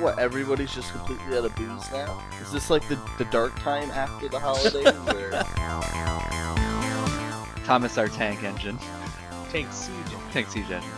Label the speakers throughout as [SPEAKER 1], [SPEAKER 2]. [SPEAKER 1] what everybody's just completely out of booze now? Is this like the, the dark time after the holidays? or...
[SPEAKER 2] Thomas, our tank engine.
[SPEAKER 3] Take siege.
[SPEAKER 2] Tank siege engine.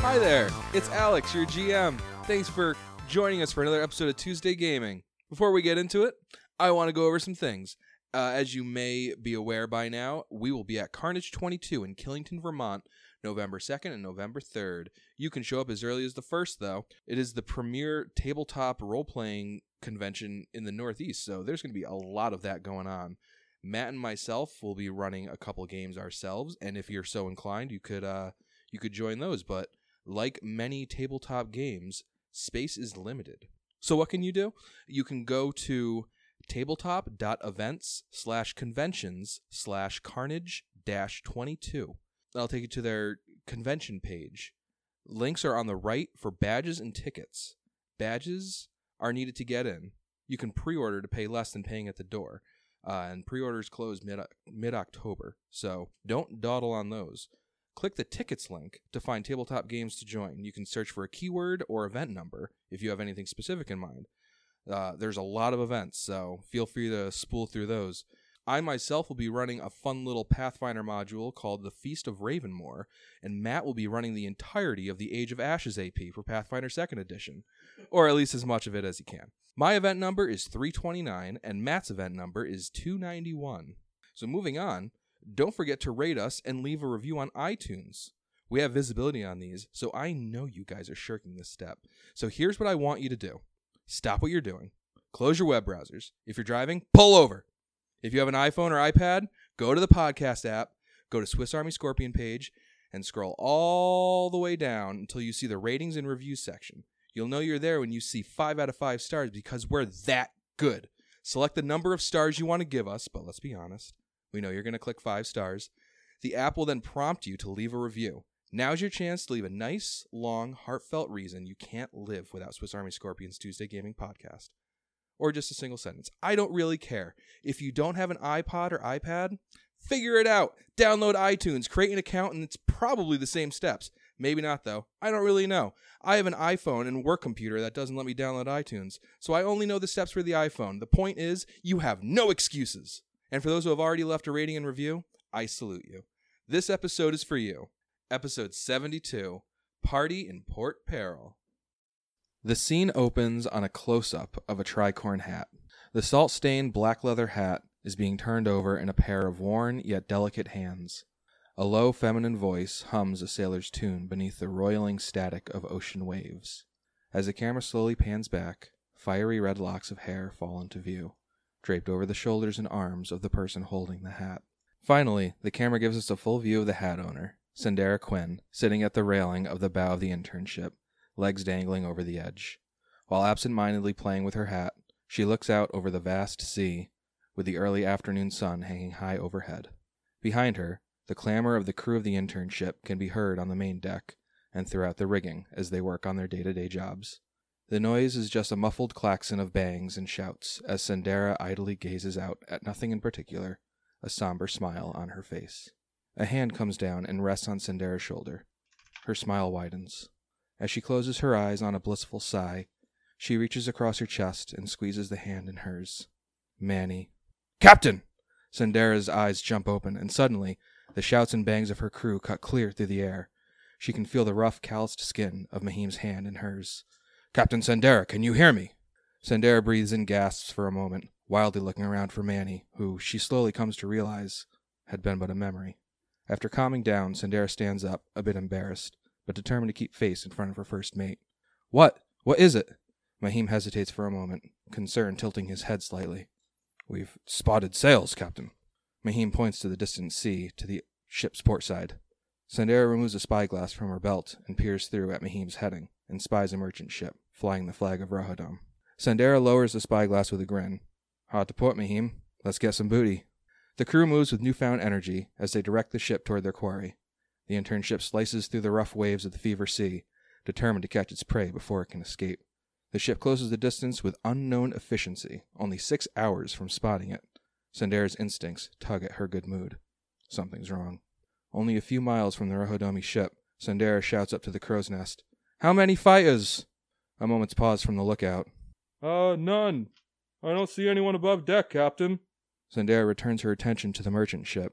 [SPEAKER 4] Hi there, it's Alex, your GM. Thanks for joining us for another episode of Tuesday Gaming. Before we get into it, I want to go over some things. Uh, as you may be aware by now, we will be at Carnage 22 in Killington, Vermont, November 2nd and November 3rd. You can show up as early as the 1st, though. It is the premier tabletop role playing convention in the Northeast, so there's going to be a lot of that going on. Matt and myself will be running a couple games ourselves, and if you're so inclined, you could uh, you could join those. But like many tabletop games, space is limited. So what can you do? You can go to tabletop.events slash conventions slash carnage dash 22. That'll take you to their convention page. Links are on the right for badges and tickets. Badges are needed to get in. You can pre order to pay less than paying at the door. Uh, and pre orders close mid October, so don't dawdle on those. Click the tickets link to find tabletop games to join. You can search for a keyword or event number if you have anything specific in mind. Uh, there's a lot of events, so feel free to spool through those. I myself will be running a fun little Pathfinder module called The Feast of Ravenmoor, and Matt will be running the entirety of the Age of Ashes AP for Pathfinder 2nd Edition, or at least as much of it as he can. My event number is 329, and Matt's event number is 291. So moving on, don't forget to rate us and leave a review on iTunes. We have visibility on these, so I know you guys are shirking this step. So here's what I want you to do stop what you're doing, close your web browsers. If you're driving, pull over. If you have an iPhone or iPad, go to the podcast app, go to Swiss Army Scorpion page, and scroll all the way down until you see the ratings and reviews section. You'll know you're there when you see five out of five stars because we're that good. Select the number of stars you want to give us, but let's be honest, we know you're going to click five stars. The app will then prompt you to leave a review. Now's your chance to leave a nice, long, heartfelt reason you can't live without Swiss Army Scorpion's Tuesday Gaming Podcast. Or just a single sentence. I don't really care. If you don't have an iPod or iPad, figure it out. Download iTunes, create an account, and it's probably the same steps. Maybe not, though. I don't really know. I have an iPhone and work computer that doesn't let me download iTunes, so I only know the steps for the iPhone. The point is, you have no excuses. And for those who have already left a rating and review, I salute you. This episode is for you episode 72 Party in Port Peril. The scene opens on a close up of a tricorn hat. The salt stained black leather hat is being turned over in a pair of worn yet delicate hands. A low feminine voice hums a sailor's tune beneath the roiling static of ocean waves. As the camera slowly pans back, fiery red locks of hair fall into view, draped over the shoulders and arms of the person holding the hat. Finally, the camera gives us a full view of the hat owner, Sandera Quinn, sitting at the railing of the bow of the internship, legs dangling over the edge. While absent-mindedly playing with her hat, she looks out over the vast sea, with the early afternoon sun hanging high overhead. Behind her, the clamor of the crew of the internship can be heard on the main deck and throughout the rigging as they work on their day-to-day jobs. The noise is just a muffled klaxon of bangs and shouts as Sandera idly gazes out at nothing in particular, a somber smile on her face. A hand comes down and rests on Sandera's shoulder. Her smile widens. As she closes her eyes on a blissful sigh, she reaches across her chest and squeezes the hand in hers. Manny. Captain! Sandera's eyes jump open, and suddenly, the shouts and bangs of her crew cut clear through the air. She can feel the rough, calloused skin of Mahim's hand in hers. Captain Sandera, can you hear me? Sandera breathes in gasps for a moment, wildly looking around for Manny, who, she slowly comes to realize, had been but a memory. After calming down, Sandera stands up, a bit embarrassed, but determined to keep face in front of her first mate. What? What is it? Mahim hesitates for a moment, concern tilting his head slightly. We've spotted sails, Captain. Mahim points to the distant sea, to the ship's port side. Sandera removes a spyglass from her belt and peers through at Mahim's heading, and spies a merchant ship, flying the flag of Rahadam. Sandera lowers the spyglass with a grin. Hot to port, Mahim. Let's get some booty. The crew moves with newfound energy as they direct the ship toward their quarry. The internship slices through the rough waves of the fever sea, determined to catch its prey before it can escape. The ship closes the distance with unknown efficiency, only six hours from spotting it. Sandera's instincts tug at her good mood. Something's wrong. Only a few miles from the Rohodomi ship, Sandera shouts up to the crow's nest. How many fighters? A moment's pause from the lookout. Uh, none. I don't see anyone above deck, Captain. Sandera returns her attention to the merchant ship,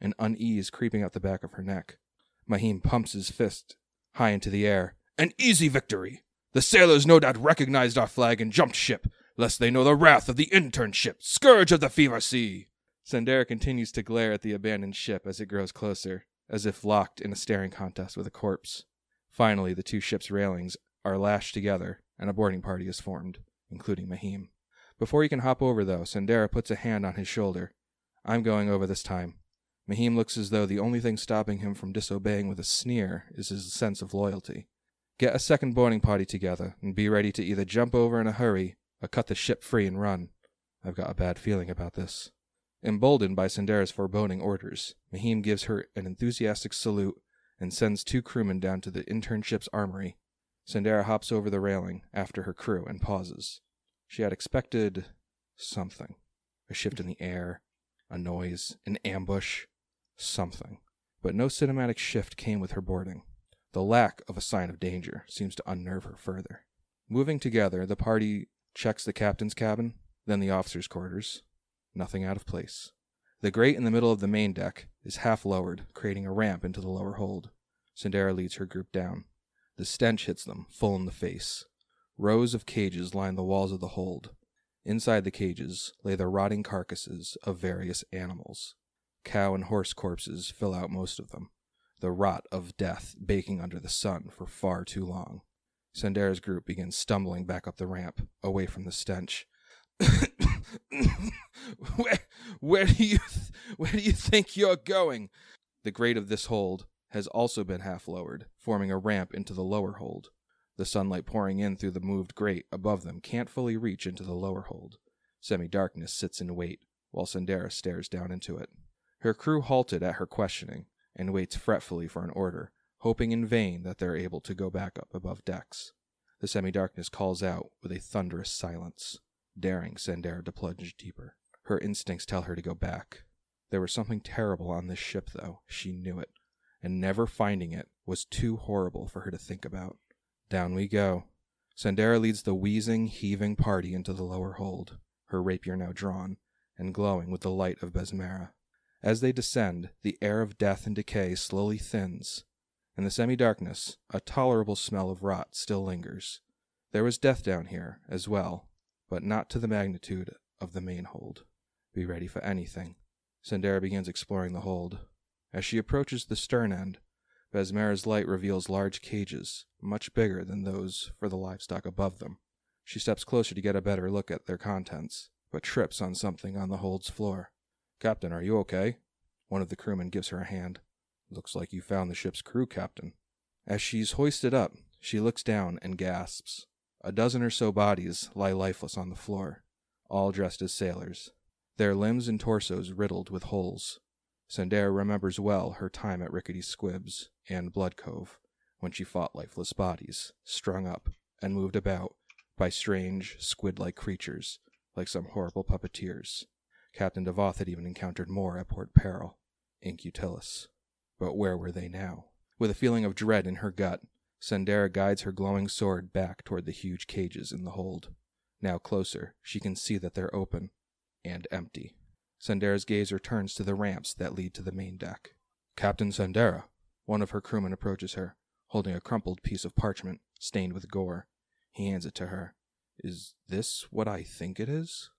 [SPEAKER 4] an unease creeping up the back of her neck. Mahim pumps his fist high into the air. An easy victory! The sailors no doubt recognized our flag and jumped ship, lest they know the wrath of the internship, scourge of the fever sea! Sandera continues to glare at the abandoned ship as it grows closer, as if locked in a staring contest with a corpse. Finally, the two ships' railings are lashed together, and a boarding party is formed, including Mahim. Before he can hop over, though, Sandera puts a hand on his shoulder. I'm going over this time. Mahim looks as though the only thing stopping him from disobeying with a sneer is his sense of loyalty. Get a second boarding party together and be ready to either jump over in a hurry or cut the ship free and run. I've got a bad feeling about this. Emboldened by Sandera's foreboding orders, Mahim gives her an enthusiastic salute and sends two crewmen down to the internship's armory. Sandera hops over the railing after her crew and pauses. She had expected something a shift in the air, a noise, an ambush, something. But no cinematic shift came with her boarding. The lack of a sign of danger seems to unnerve her further. Moving together, the party checks the captain's cabin, then the officers' quarters. Nothing out of place. The grate in the middle of the main deck is half lowered, creating a ramp into the lower hold. Sandera leads her group down. The stench hits them full in the face. Rows of cages line the walls of the hold. Inside the cages lay the rotting carcasses of various animals. Cow and horse corpses fill out most of them, the rot of death baking under the sun for far too long. Sandera's group begins stumbling back up the ramp, away from the stench. where, where do you, th- where do you think you're going? The grate of this hold has also been half lowered, forming a ramp into the lower hold. The sunlight pouring in through the moved grate above them can't fully reach into the lower hold. Semi darkness sits in wait while Sandera stares down into it. Her crew halted at her questioning and waits fretfully for an order, hoping in vain that they're able to go back up above decks. The semi darkness calls out with a thunderous silence, daring Sandera to plunge deeper. Her instincts tell her to go back. There was something terrible on this ship, though. She knew it, and never finding it was too horrible for her to think about. Down we go. Sandera leads the wheezing, heaving party into the lower hold, her rapier now drawn, and glowing with the light of Besmera. As they descend, the air of death and decay slowly thins. In the semi darkness, a tolerable smell of rot still lingers. There was death down here, as well, but not to the magnitude of the main hold. Be ready for anything. Sandera begins exploring the hold. As she approaches the stern end, Besmera's light reveals large cages, much bigger than those for the livestock above them. She steps closer to get a better look at their contents, but trips on something on the hold's floor. Captain, are you okay? One of the crewmen gives her a hand. Looks like you found the ship's crew, Captain. As she's hoisted up, she looks down and gasps. A dozen or so bodies lie lifeless on the floor, all dressed as sailors, their limbs and torsos riddled with holes. Sandera remembers well her time at Rickety Squibs and Blood Cove when she fought lifeless bodies, strung up and moved about by strange, squid like creatures, like some horrible puppeteers. Captain Devoth had even encountered more at Port Peril, Incutilis. But where were they now? With a feeling of dread in her gut, Sandera guides her glowing sword back toward the huge cages in the hold. Now closer, she can see that they're open and empty. Sandera's gaze returns to the ramps that lead to the main deck. Captain Sandera, one of her crewmen approaches her, holding a crumpled piece of parchment stained with gore. He hands it to her. Is this what I think it is?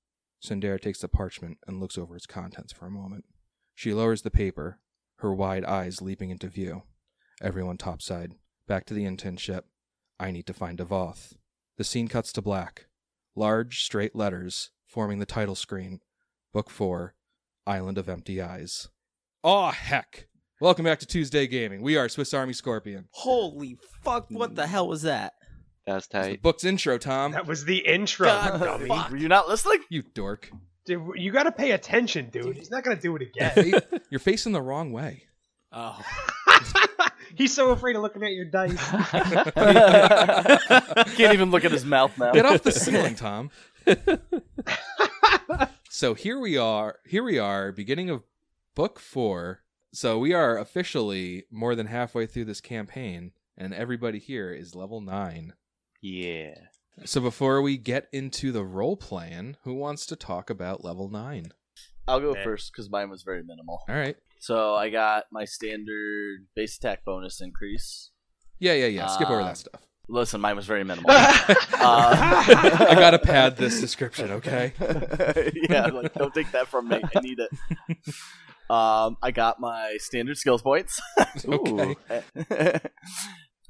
[SPEAKER 4] Sandera takes the parchment and looks over its contents for a moment. She lowers the paper, her wide eyes leaping into view. Everyone topside, back to the intern ship. I need to find Devoth. The scene cuts to black. Large, straight letters forming the title screen. Book 4, Island of Empty Eyes. Aw, heck! Welcome back to Tuesday Gaming. We are Swiss Army Scorpion.
[SPEAKER 3] Holy fuck! What the hell was that?
[SPEAKER 2] That's
[SPEAKER 4] It's the
[SPEAKER 2] tight.
[SPEAKER 4] book's intro, Tom.
[SPEAKER 5] That was the intro,
[SPEAKER 3] God,
[SPEAKER 5] dummy.
[SPEAKER 3] fuck.
[SPEAKER 1] Were you not listening?
[SPEAKER 4] You dork.
[SPEAKER 5] Dude, you gotta pay attention, dude.
[SPEAKER 3] Dude.
[SPEAKER 5] He's not gonna do it
[SPEAKER 4] You're,
[SPEAKER 5] again.
[SPEAKER 4] fa- you're facing the wrong way.
[SPEAKER 3] Oh,
[SPEAKER 5] He's so afraid of looking at your dice.
[SPEAKER 1] Can't even look at his mouth now.
[SPEAKER 4] Get off the ceiling, Tom. so here we are. Here we are, beginning of book four, So we are officially more than halfway through this campaign, and everybody here is level nine.
[SPEAKER 2] Yeah.
[SPEAKER 4] So before we get into the role plan, who wants to talk about level nine?
[SPEAKER 1] I'll go
[SPEAKER 5] Okay.
[SPEAKER 1] first because mine was very minimal.
[SPEAKER 4] All right.
[SPEAKER 1] So I got my standard base attack bonus increase.
[SPEAKER 4] Yeah, yeah, yeah. Skip over
[SPEAKER 1] Uh,
[SPEAKER 4] that stuff.
[SPEAKER 1] Listen, mine was very minimal.
[SPEAKER 5] Uh,
[SPEAKER 4] I gotta pad this description, okay?
[SPEAKER 1] yeah, like don't take that from me. I need it. Um, I got my standard skills points.
[SPEAKER 4] Okay.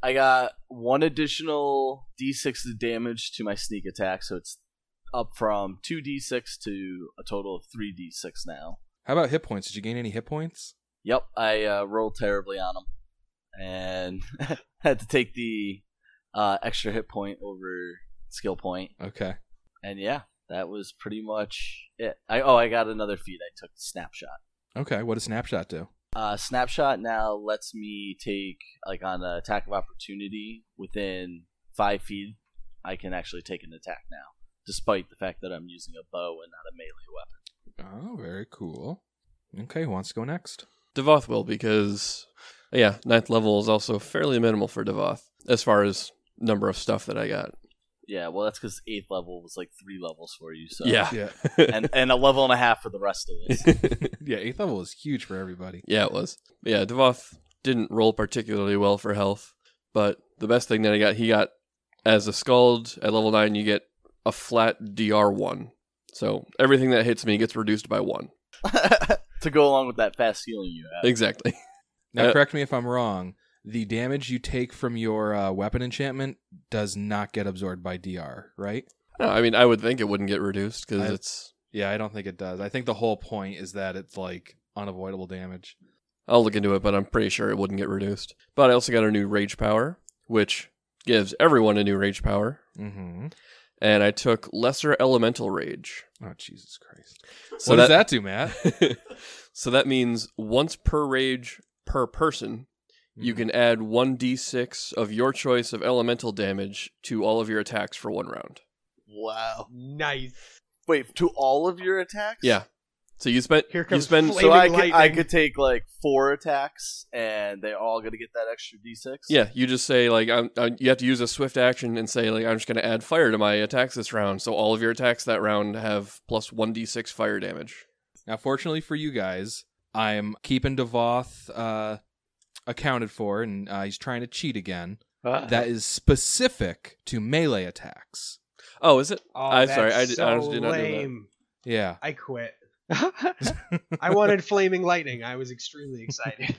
[SPEAKER 1] I got one additional d6 of damage to my sneak attack, so it's up from two d6 to a total of three d6 now.
[SPEAKER 4] How about hit points? Did you gain any hit points?
[SPEAKER 1] Yep, I uh, rolled terribly on him, and had to take the uh, extra hit point over skill point.
[SPEAKER 4] Okay.
[SPEAKER 1] And yeah, that was pretty much it. I oh, I got another feat. I took snapshot.
[SPEAKER 4] Okay. What does snapshot do?
[SPEAKER 1] Uh, snapshot now lets me take like on an attack of opportunity within five feet. I can actually take an attack now, despite the fact that I'm using a bow and not a melee weapon.
[SPEAKER 4] Oh, very cool. Okay, who wants to go next?
[SPEAKER 6] Devoth will because yeah, ninth level is also fairly minimal for Devoth as far as number of stuff that I got.
[SPEAKER 1] Yeah, well, that's because eighth level was like three levels for you. So
[SPEAKER 6] yeah.
[SPEAKER 4] Yeah.
[SPEAKER 1] and and a level and a half for the rest of us.
[SPEAKER 4] Yeah, eighth level is huge for everybody.
[SPEAKER 6] yeah, it was. But yeah, Devoth didn't roll particularly well for health, but the best thing that I got, he got as a scald at level 9 you get a flat DR1. So everything that hits me gets reduced by 1.
[SPEAKER 1] to go along with that fast healing you have.
[SPEAKER 6] Exactly.
[SPEAKER 4] Now,
[SPEAKER 6] Uh,
[SPEAKER 4] correct me if I'm wrong. The damage you take from your uh, weapon enchantment does not get absorbed by DR, right?
[SPEAKER 6] No, I mean, I would think it wouldn't get reduced cuz
[SPEAKER 4] I-
[SPEAKER 6] it's
[SPEAKER 4] Yeah, I don't think it does. I think the whole point is that it's like unavoidable damage.
[SPEAKER 6] I'll look into it, but I'm pretty sure it wouldn't get reduced. But I also got a new rage power, which gives everyone a new rage power
[SPEAKER 4] Mm-hmm.
[SPEAKER 6] and I took Lesser Elemental Rage.
[SPEAKER 4] Oh, Jesus Christ.
[SPEAKER 6] So
[SPEAKER 4] what does that do, Matt?
[SPEAKER 6] so that means once per rage per person,
[SPEAKER 4] Mm-hmm.
[SPEAKER 6] you can add 1d6 of your choice of elemental damage to all of your attacks for one round.
[SPEAKER 1] Wow.
[SPEAKER 5] nice.
[SPEAKER 1] Wait, to all of your attacks?
[SPEAKER 6] Yeah. So you spent
[SPEAKER 5] Here
[SPEAKER 6] you
[SPEAKER 5] comes
[SPEAKER 6] spend
[SPEAKER 5] Fla-
[SPEAKER 1] So I
[SPEAKER 5] Flaming
[SPEAKER 1] could, I
[SPEAKER 5] lightning.
[SPEAKER 1] could take like four attacks, and they're all gonna get that extra d6.
[SPEAKER 6] yeah, you just say like I'm, i you have to use a swift action and say like I'm just going to add fire to my attacks this round. So all of your attacks that round have plus 1d6 fire damage.
[SPEAKER 4] Now, fortunately for you guys, I'm keeping Devoth uh, accounted for, and uh, he's trying to cheat again. That is specific to melee attacks.
[SPEAKER 6] Oh, is it?
[SPEAKER 5] Oh,
[SPEAKER 6] I'm
[SPEAKER 5] that's
[SPEAKER 6] sorry, I did-
[SPEAKER 5] so
[SPEAKER 6] I honestly did not do that.
[SPEAKER 5] lame.
[SPEAKER 4] Yeah.
[SPEAKER 5] I quit. I wanted flaming lightning. I was extremely excited.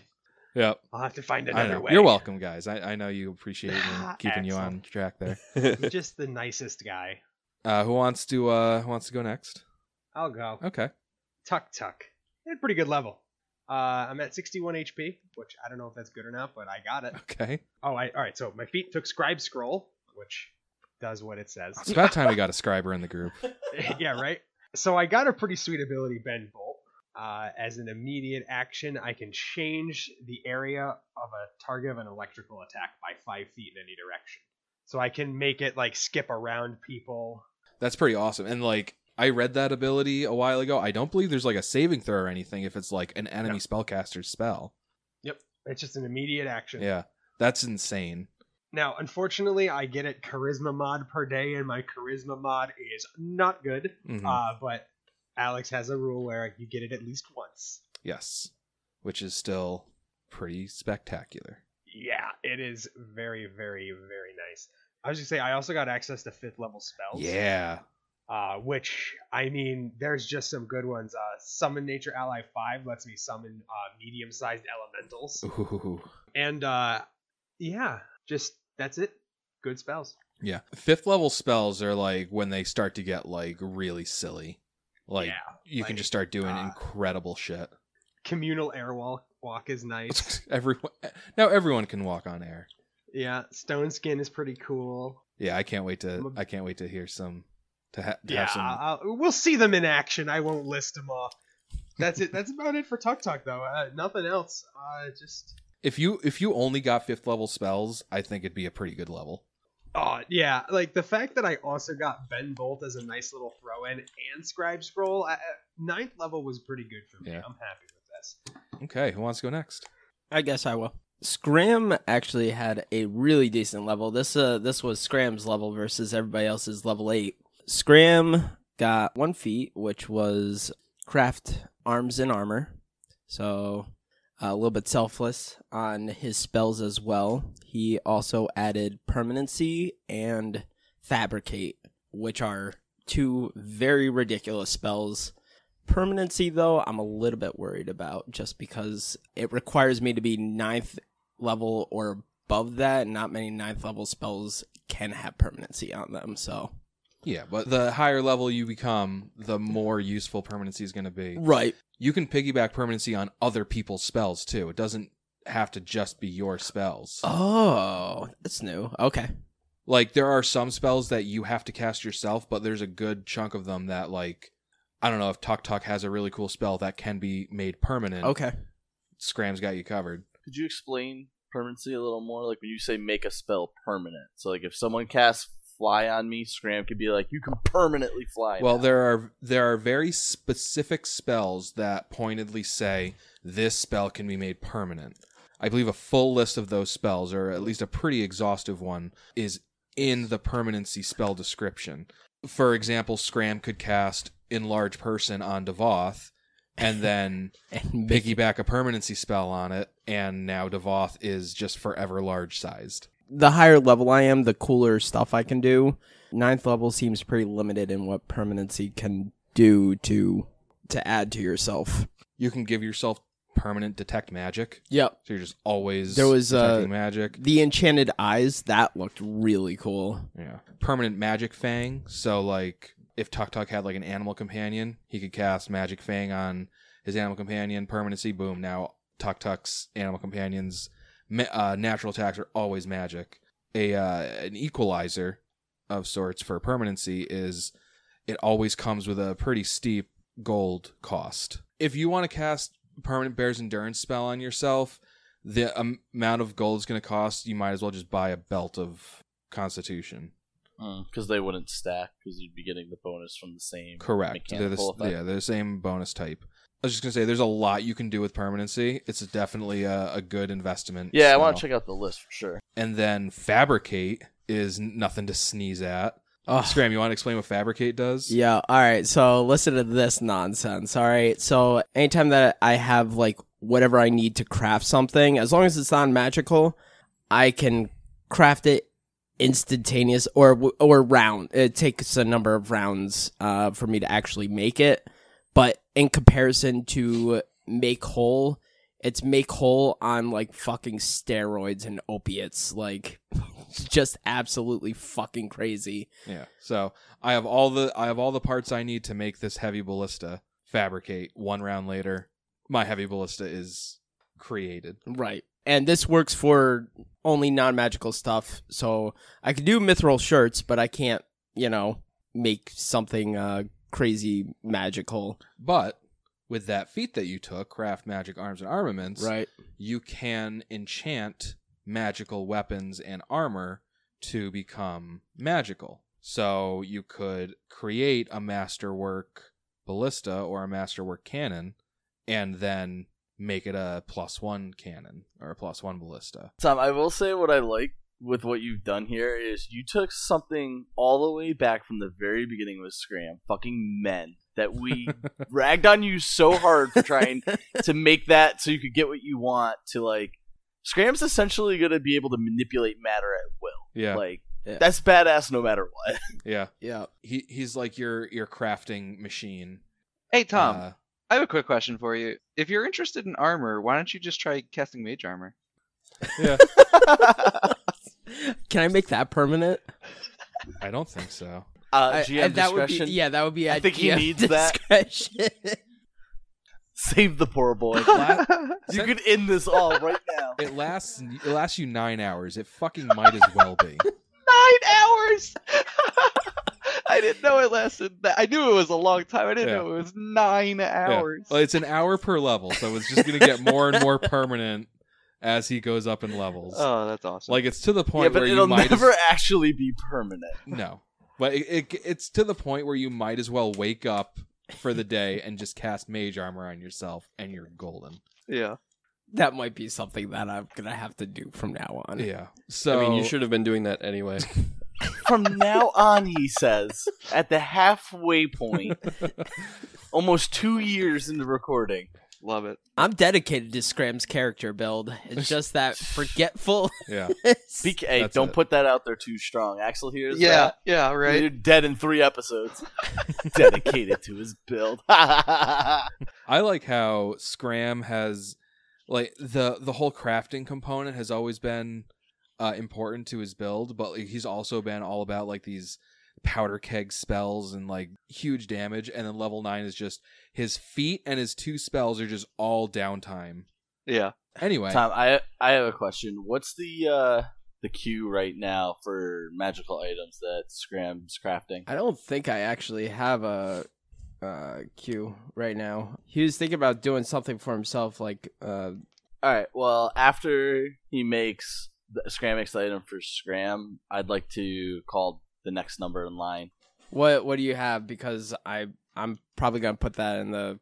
[SPEAKER 4] Yeah.
[SPEAKER 5] I'll have to find
[SPEAKER 4] I
[SPEAKER 5] another
[SPEAKER 4] know.
[SPEAKER 5] way.
[SPEAKER 4] You're welcome, guys. I, I know you appreciate me keeping you on
[SPEAKER 5] Excellent.
[SPEAKER 4] track there.
[SPEAKER 5] He's just the nicest guy.
[SPEAKER 4] Uh, who wants to uh, who wants to go next?
[SPEAKER 5] I'll go.
[SPEAKER 4] Okay.
[SPEAKER 5] Tuck Tuck. At a pretty good level. Uh, I'm at 61 HP, which I don't know if that's good or not, but I got it.
[SPEAKER 4] Okay.
[SPEAKER 5] Oh, I, all right. So my feet took Scribe Scroll, which does what it says.
[SPEAKER 4] It's about time we got a scriber in the group.
[SPEAKER 5] yeah, right. So I got a pretty sweet ability, Bend Bolt. Uh, as an immediate action, I can change the area of a target of an electrical attack by five feet in any direction. So I can make it like skip around people.
[SPEAKER 4] That's pretty awesome. And like I read that ability a while ago. I don't believe there's like a saving throw or anything if it's like an enemy spellcaster's spell.
[SPEAKER 5] It's just an immediate action.
[SPEAKER 4] Yeah. That's insane.
[SPEAKER 5] Now, unfortunately, I get it charisma mod per day, and my charisma mod is not good.
[SPEAKER 4] Mhm.
[SPEAKER 5] Uh, but Alex has a rule where you get it at least once.
[SPEAKER 4] Yes. Which is still pretty spectacular.
[SPEAKER 5] Yeah, it is very, very, very nice. I was gonna say I also got access to fifth level spells.
[SPEAKER 4] Yeah.
[SPEAKER 5] Uh, which I mean, there's just some good ones. Uh, summon nature ally five lets me summon uh, medium sized elementals,
[SPEAKER 4] Ooh.
[SPEAKER 5] and uh, yeah, just that's it. Good spells.
[SPEAKER 4] Yeah. Fifth level spells are like when they start to get like really silly. Like
[SPEAKER 5] yeah,
[SPEAKER 4] you can
[SPEAKER 5] like,
[SPEAKER 4] just start doing
[SPEAKER 5] uh,
[SPEAKER 4] incredible shit.
[SPEAKER 5] communal air walk walk is nice.
[SPEAKER 4] everyone now everyone can walk on air.
[SPEAKER 5] yeah, stone skin is pretty cool.
[SPEAKER 4] Yeah, I can't wait to
[SPEAKER 5] I'm a-
[SPEAKER 4] I can't wait to hear some to, ha- to
[SPEAKER 5] Yeah,
[SPEAKER 4] have some
[SPEAKER 5] I'll- I'll- we'll see them in action. I won't list them off. That's it. That's about it for Tuck Tuck, though. Uh, nothing else. Uh, just
[SPEAKER 4] If you if you only got fifth level spells, I think it'd be a pretty good level.
[SPEAKER 5] oh yeah, like the fact that I also got Ben Bolt as a nice little throw in and Scribe Scroll. I, uh, ninth level was pretty good for me.
[SPEAKER 4] Yeah.
[SPEAKER 5] I'm happy with that. success.
[SPEAKER 4] Okay, who wants to go next?
[SPEAKER 3] I guess I will. Scram actually had a really decent level. This uh this was Scram's level versus everybody else's level eight. Scram got one feat, which was craft arms and armor. So uh, a little bit selfless on his spells as well. He also added permanency and fabricate, which are two very ridiculous spells. Permanency, though, I'm a little bit worried about just because it requires me to be ninth level or above that. and Not many ninth level spells can have permanency on them. So,
[SPEAKER 4] Yeah, but the higher level you become, the more useful permanency is going to be.
[SPEAKER 3] right.
[SPEAKER 4] You can piggyback permanency on other people's spells too. It doesn't have to just be your spells.
[SPEAKER 3] Oh, that's new. Okay.
[SPEAKER 4] like there are some spells that you have to cast yourself but there's a good chunk of them that like i don't know if Tok Tok has a really cool spell that can be made permanent
[SPEAKER 3] Okay.
[SPEAKER 4] scram's got you covered
[SPEAKER 1] Could you explain permanency a little more? Like when you say make a spell permanent. So like if someone casts fly on me, Scram could be like, you can permanently fly.
[SPEAKER 4] well
[SPEAKER 1] now."
[SPEAKER 4] there are there are very specific spells that pointedly say this spell can be made permanent i believe a full list of those spells or at least a pretty exhaustive one is in the permanency spell description for example scram could cast enlarge person on devoth and then
[SPEAKER 3] And big.
[SPEAKER 4] piggyback a permanency spell on it, and now Devoth is just forever large sized.
[SPEAKER 3] The higher level I am, the cooler stuff I can do. Ninth level seems pretty limited in what permanency can do to to add to yourself.
[SPEAKER 4] You can give yourself permanent detect magic,
[SPEAKER 3] Yep.
[SPEAKER 4] so you're just always
[SPEAKER 3] There was, uh,
[SPEAKER 4] detecting magic.
[SPEAKER 3] The enchanted eyes that looked really cool.
[SPEAKER 4] Yeah, permanent magic fang. So like, if Tuk Tuk had like an animal companion, he could cast magic fang on his animal companion. Permanency, boom. Now Tuk Tuk's animal companions. ma- Uh, natural attacks are always magic. A uh, an equalizer of sorts for permanency is it always comes with a pretty steep gold cost. If you want to cast permanent bear's endurance spell on yourself, the am- amount of gold it's going to cost, you might as well just buy a belt of constitution.
[SPEAKER 1] because they wouldn't stack because you'd be getting the bonus from the same
[SPEAKER 4] Correct. They're the,
[SPEAKER 1] mechanical
[SPEAKER 4] s- yeah,
[SPEAKER 1] effect.
[SPEAKER 4] they're the same bonus type. I was just gonna say, there's a lot you can do with permanency. It's definitely a, a good investment.
[SPEAKER 1] Yeah, I want to
[SPEAKER 4] spell.
[SPEAKER 1] check out the list for sure.
[SPEAKER 4] And then fabricate is nothing to sneeze at.
[SPEAKER 3] Ugh.
[SPEAKER 4] Scram, you want to explain what fabricate does?
[SPEAKER 3] Yeah, all right. So listen to this nonsense. All right. So anytime that I have like whatever I need to craft something, as long as it's not magical, I can craft it instantaneous or or round. It takes a number of rounds uh, for me to actually make it. But in comparison to make whole, it's make whole on like fucking steroids and opiates. Like just absolutely fucking crazy.
[SPEAKER 4] Yeah. So I have all the I have all the parts I need to make this heavy ballista. Fabricate. One round later, my heavy ballista is created.
[SPEAKER 3] Right. And this works for only non magical stuff. So I can do mithril shirts, but I can't, you know, make something uh, crazy magical.
[SPEAKER 4] But with that feat that you took, craft magic arms and armaments,
[SPEAKER 3] Right.
[SPEAKER 4] you can enchant magical weapons and armor to become magical. So you could create a masterwork ballista or a masterwork cannon and then make it a plus one cannon or a plus one ballista.
[SPEAKER 1] Tom, I will say what I like with what you've done here is you took something all the way back from the very beginning with Scram, fucking men that we ragged on you so hard for trying to make that so you could get what you want to like Scram's essentially going to be able to manipulate matter at will.
[SPEAKER 4] Yeah.
[SPEAKER 1] Like
[SPEAKER 3] Yeah.
[SPEAKER 1] that's badass no matter what.
[SPEAKER 4] yeah.
[SPEAKER 3] yeah.
[SPEAKER 4] He he's like your your crafting machine.
[SPEAKER 2] Hey Tom,
[SPEAKER 4] Uh,
[SPEAKER 2] I have a quick question for you. If you're interested in armor, why don't you just try casting mage armor?
[SPEAKER 3] Can I make that permanent?
[SPEAKER 4] I don't think so.
[SPEAKER 1] Uh,
[SPEAKER 3] I-
[SPEAKER 1] GM
[SPEAKER 3] I- that would be,
[SPEAKER 1] discretion.
[SPEAKER 3] yeah, that would be.
[SPEAKER 1] I
[SPEAKER 3] at
[SPEAKER 1] think he
[SPEAKER 3] GM
[SPEAKER 1] needs that.
[SPEAKER 3] discretion.
[SPEAKER 1] Save the poor boy.
[SPEAKER 4] La-
[SPEAKER 1] you could end this all right now.
[SPEAKER 4] it lasts it lasts you 9 hours. It fucking might as well be.
[SPEAKER 2] Nine hours! I didn't know it lasted that. I knew it was a long time. I didn't
[SPEAKER 4] Yeah.
[SPEAKER 2] know it was nine
[SPEAKER 4] Yeah.
[SPEAKER 2] hours.
[SPEAKER 4] Well, it's an hour per level, so it's just going to get more and more permanent as he goes up in levels.
[SPEAKER 2] oh, that's awesome.
[SPEAKER 4] like it's to the
[SPEAKER 1] Yeah,
[SPEAKER 4] point
[SPEAKER 1] but
[SPEAKER 4] where
[SPEAKER 1] it'll
[SPEAKER 4] you might
[SPEAKER 1] never
[SPEAKER 4] as-
[SPEAKER 1] actually be permanent.
[SPEAKER 4] no, but it, it, it's to the point where you might as well wake up for the day and just cast mage armor on yourself, and you're golden.
[SPEAKER 2] Yeah.
[SPEAKER 3] That might be something that I'm gonna have to do from now on.
[SPEAKER 4] Yeah. So
[SPEAKER 6] I mean, you should have been doing that anyway.
[SPEAKER 1] From now on, he says, at the halfway point, almost two years into recording.
[SPEAKER 2] Love it.
[SPEAKER 3] I'm dedicated to Scram's character build. It's just that forgetful.
[SPEAKER 4] yeah.
[SPEAKER 1] Be- hey,
[SPEAKER 4] That's
[SPEAKER 1] don't
[SPEAKER 4] it.
[SPEAKER 1] put that out there too strong. Axel hears
[SPEAKER 2] yeah.
[SPEAKER 1] that.
[SPEAKER 2] Yeah. Right.
[SPEAKER 1] You're dead in three episodes. Dedicated to his build. yeah.
[SPEAKER 4] I like how Scram has like the the whole crafting component has always been uh, important to his build, but like, he's also been all about like these powder keg spells and like huge damage. And then level nine is just his feet and his two spells are just all downtime.
[SPEAKER 2] Yeah.
[SPEAKER 4] Anyway,
[SPEAKER 1] Tom, I I have a question. What's the uh the queue right now for magical items that Scram's crafting?
[SPEAKER 3] I don't think I actually have a uh, cue right now. He was thinking about doing something for himself, like uh,
[SPEAKER 1] All right. Well, after he makes the Scram makes the item for Scram, I'd like to call the next number in line.
[SPEAKER 3] what What do you have? Because I I'm probably gonna put that in the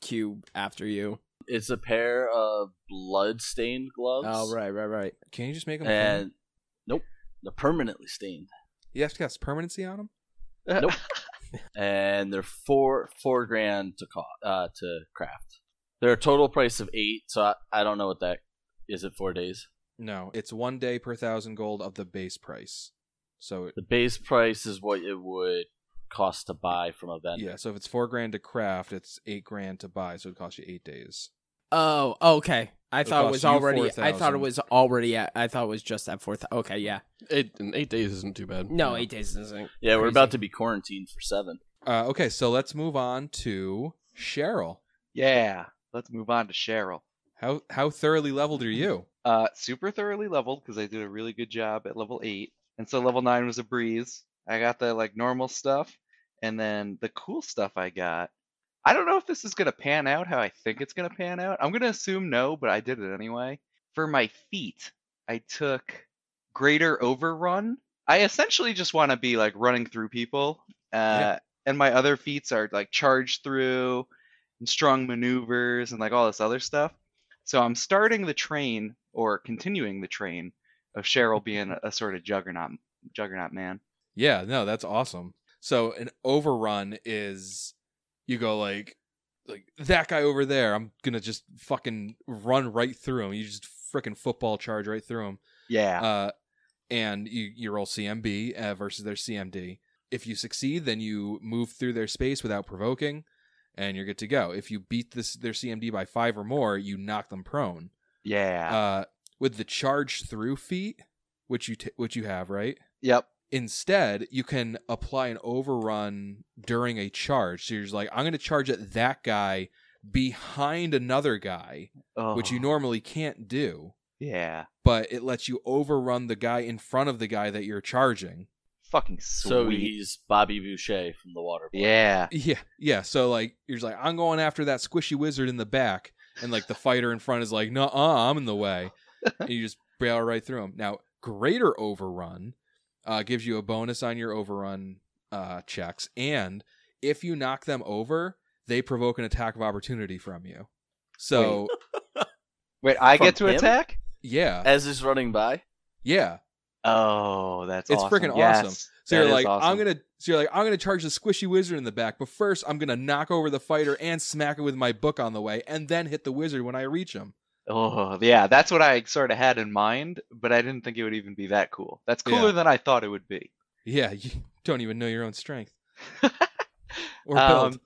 [SPEAKER 3] queue after you.
[SPEAKER 1] It's a pair of blood-stained gloves.
[SPEAKER 3] Oh right, right, right.
[SPEAKER 4] can you just make him? permanent?
[SPEAKER 1] And nope, they're permanently stained,
[SPEAKER 4] You have to cast permanency on him.
[SPEAKER 1] Nope. and they're four four grand to co- uh, to craft. They're a total price of eight. So I, I don't know what that is. It four days.
[SPEAKER 4] No, it's one day per thousand gold of the base price. So
[SPEAKER 1] The base price is what it would cost to buy from a vendor.
[SPEAKER 4] yeah, so if it's four grand to craft, it's eight grand to buy. So it costs you eight days.
[SPEAKER 3] Oh, okay. I
[SPEAKER 4] It
[SPEAKER 3] thought it
[SPEAKER 4] costs
[SPEAKER 3] was
[SPEAKER 4] you
[SPEAKER 3] already. I thought
[SPEAKER 4] 4,000.
[SPEAKER 3] it was already. At, I thought it was just at fourth. Okay, yeah.
[SPEAKER 6] Eight and eight days isn't too bad.
[SPEAKER 3] No, eight days isn't.
[SPEAKER 1] Yeah, we're
[SPEAKER 3] crazy.
[SPEAKER 1] about to be quarantined for seven.
[SPEAKER 4] Uh, okay, so let's move on to Cheryl.
[SPEAKER 2] Yeah. Let's move on to Cheryl.
[SPEAKER 4] How how thoroughly leveled are you?
[SPEAKER 2] Uh, super thoroughly leveled because I did a really good job at level eight, and so level nine was a breeze. I got the like normal stuff, and then the cool stuff I got. I don't know if this is gonna pan out how I think it's gonna pan out. I'm gonna assume no, but I did it anyway. For my feet, I took greater overrun. I essentially just want to be like running through people, uh, and my other feats are like charge through, and strong maneuvers, and like all this other stuff. So I'm starting the train or continuing the train of Cheryl being a, a sort of juggernaut, juggernaut man.
[SPEAKER 4] Yeah, no, that's awesome. So an overrun is you go like like that guy over there. I'm gonna just fucking run right through him. You just frickin' football charge right through him.
[SPEAKER 2] Yeah.
[SPEAKER 4] Uh, and you you roll CMB uh, versus their CMD. If you succeed, then you move through their space without provoking, and you're good to go. If you beat this their CMD by five or more, you knock them prone.
[SPEAKER 2] yeah.
[SPEAKER 4] uh, with the charge through feat, which you t- which you have right.
[SPEAKER 2] yep.
[SPEAKER 4] Instead, you can apply an overrun during a charge. So you're just like, I'm going to charge at that guy behind another guy,
[SPEAKER 2] Oh,
[SPEAKER 4] which you normally can't do.
[SPEAKER 2] Yeah.
[SPEAKER 4] But it lets you overrun the guy in front of the guy that you're charging.
[SPEAKER 2] Fucking
[SPEAKER 1] So
[SPEAKER 2] sweet.
[SPEAKER 1] he's Bobby Boucher from The Water.
[SPEAKER 2] yeah.
[SPEAKER 4] Yeah, yeah. So like, you're just like, I'm going after that squishy wizard in the back, and like the fighter in front is like, no, uh, I'm in the way, and you just barrel right through him. Now, greater overrun uh, gives you a bonus on your overrun uh, checks, and if you knock them over, they provoke an attack of opportunity from you. So
[SPEAKER 2] Wait, I
[SPEAKER 1] From
[SPEAKER 2] get to
[SPEAKER 1] him?
[SPEAKER 2] attack?
[SPEAKER 4] yeah,
[SPEAKER 1] As he's running by,
[SPEAKER 4] yeah.
[SPEAKER 2] Oh, that's
[SPEAKER 4] It's
[SPEAKER 2] awesome.
[SPEAKER 4] frickin'
[SPEAKER 2] Yes.
[SPEAKER 4] awesome.
[SPEAKER 2] That
[SPEAKER 4] So you're
[SPEAKER 2] is
[SPEAKER 4] like, I'm
[SPEAKER 2] awesome.
[SPEAKER 4] gonna. So you're like, I'm gonna charge the squishy wizard in the back, but first I'm gonna knock over the fighter and smack it with my book on the way, and then hit the wizard when I reach him.
[SPEAKER 2] Oh, yeah. That's what I sort of had in mind, but I didn't think it would even be that cool. That's cooler
[SPEAKER 4] Yeah.
[SPEAKER 2] than I thought it would be.
[SPEAKER 4] Yeah, you don't even know your own strength or build.
[SPEAKER 2] Um,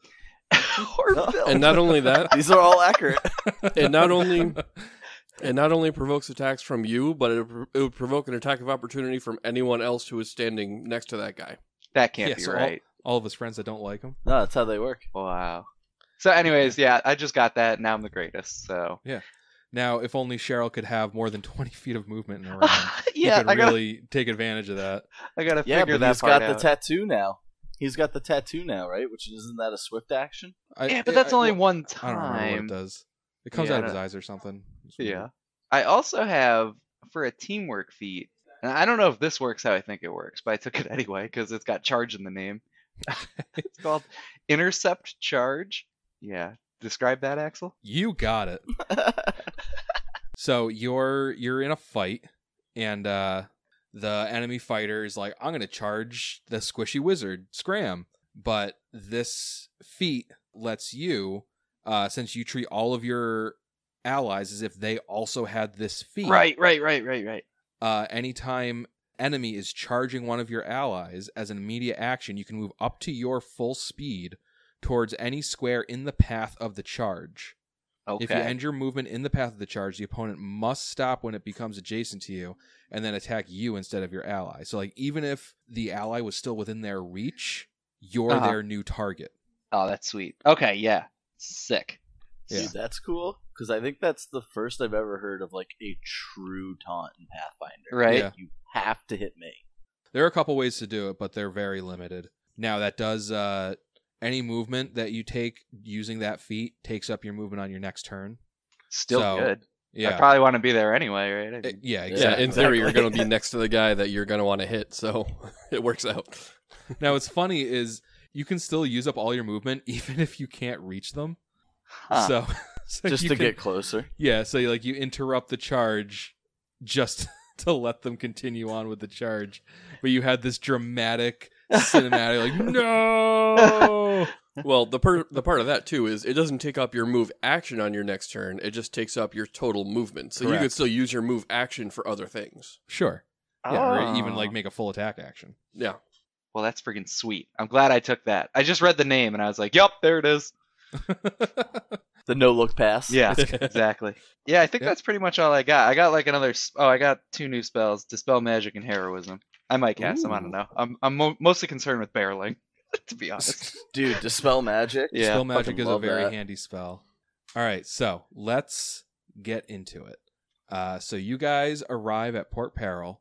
[SPEAKER 2] or build.
[SPEAKER 6] And not only that,
[SPEAKER 1] these are all accurate.
[SPEAKER 2] Um,
[SPEAKER 6] and not only- it not only provokes attacks from you, but it, it would provoke an attack of opportunity from anyone else who is standing next to that guy.
[SPEAKER 2] that can't
[SPEAKER 4] Yeah,
[SPEAKER 2] be
[SPEAKER 4] so all-
[SPEAKER 2] right.
[SPEAKER 4] all of his friends that don't like him.
[SPEAKER 1] No, that's how they work.
[SPEAKER 2] Wow. So, anyways, yeah, I just got that. Now I'm the greatest. So,
[SPEAKER 4] Now, if only Cheryl could have more than twenty feet of movement in a round, you
[SPEAKER 2] yeah,
[SPEAKER 4] could
[SPEAKER 2] I got,
[SPEAKER 4] really take advantage of that.
[SPEAKER 2] I got to
[SPEAKER 1] Yeah,
[SPEAKER 2] figure
[SPEAKER 1] but
[SPEAKER 2] that
[SPEAKER 1] he's
[SPEAKER 2] part
[SPEAKER 1] got
[SPEAKER 2] out.
[SPEAKER 1] the tattoo now. He's got the tattoo now, right? Which isn't that a swift action?
[SPEAKER 4] I,
[SPEAKER 2] yeah, but that's
[SPEAKER 4] I-
[SPEAKER 2] only
[SPEAKER 4] well,
[SPEAKER 2] one
[SPEAKER 4] I don't remember what
[SPEAKER 2] time.
[SPEAKER 4] it does. It comes
[SPEAKER 2] Yeah, I
[SPEAKER 4] out of his
[SPEAKER 2] don't-
[SPEAKER 4] eyes or something. It's weird.
[SPEAKER 2] Yeah. I also have for a teamwork feat, and I don't know if this works how I think it works, but I took it anyway because it's got charge in the name. It's called intercept charge. Yeah, describe that, Axel.
[SPEAKER 4] You got it. So you're you're in a fight, and uh, the enemy fighter is like, "I'm gonna charge the squishy wizard, Scram." But this feat lets you, uh, since you treat all of your allies as if they also had this feat,
[SPEAKER 2] Right, right, right, right, right.
[SPEAKER 4] uh, anytime enemy is charging one of your allies as an immediate action you can move up to your full speed towards any square in the path of the charge
[SPEAKER 2] Okay.
[SPEAKER 4] if you end your movement in the path of the charge the opponent must stop when it becomes adjacent to you and then attack you instead of your ally so like even if the ally was still within their reach you're
[SPEAKER 2] Uh-huh.
[SPEAKER 4] their new target
[SPEAKER 2] oh, that's sweet. Okay, yeah, sick.
[SPEAKER 1] Dude,
[SPEAKER 4] Yeah.
[SPEAKER 1] that's cool because I think that's the first I've ever heard of like a true taunt in Pathfinder.
[SPEAKER 2] Right.
[SPEAKER 4] Yeah.
[SPEAKER 1] You have to hit me.
[SPEAKER 4] There are a couple ways to do it, but they're very limited. Now that does uh, any movement that you take using that feat takes up your movement on your next turn.
[SPEAKER 2] Still
[SPEAKER 4] So,
[SPEAKER 2] good. I
[SPEAKER 4] Yeah,
[SPEAKER 2] probably want to be there anyway, right? I
[SPEAKER 4] Uh,
[SPEAKER 2] mean,
[SPEAKER 4] yeah,
[SPEAKER 6] Yeah,
[SPEAKER 4] exactly.
[SPEAKER 6] in theory, you're going to
[SPEAKER 1] Exactly.
[SPEAKER 6] be next to the guy that you're going to want to hit, so it works out.
[SPEAKER 4] now what's funny is you can still use up all your movement even if you can't reach them.
[SPEAKER 2] huh.
[SPEAKER 4] So, so
[SPEAKER 1] Just
[SPEAKER 4] you
[SPEAKER 1] to
[SPEAKER 4] can-
[SPEAKER 1] get closer.
[SPEAKER 4] yeah, so you, like you interrupt the charge just to let them continue on with the charge, but you had this dramatic cinematic like no.
[SPEAKER 6] Well, the per- the part of that too is it doesn't take up your move action on your next turn. It just takes up your total movement, so you
[SPEAKER 4] Correct.
[SPEAKER 6] could still use your move action for other things.
[SPEAKER 4] Sure. Yeah,
[SPEAKER 1] Ah.
[SPEAKER 4] or even like
[SPEAKER 2] Oh.
[SPEAKER 4] make a full attack action.
[SPEAKER 6] Yeah,
[SPEAKER 2] Well, that's freaking sweet. I'm glad I took that. I just read the name and I was like, "Yep, there it is."
[SPEAKER 1] The no look pass.
[SPEAKER 2] Yeah, exactly. Yeah, I think
[SPEAKER 4] Yeah.
[SPEAKER 2] that's pretty much all I got. I got like another. s- Oh, I got two new spells: dispel magic and heroism. I might cast them. I don't
[SPEAKER 1] Ooh.
[SPEAKER 2] know. I'm I'm mo- mostly concerned with barreling, to be honest.
[SPEAKER 1] Dude, dispel magic.
[SPEAKER 2] Yeah,
[SPEAKER 4] Spell
[SPEAKER 1] fucking
[SPEAKER 4] magic is a
[SPEAKER 1] love
[SPEAKER 4] very
[SPEAKER 1] that.
[SPEAKER 4] handy spell. All right, so let's get into it. Uh, so you guys arrive at Port Peril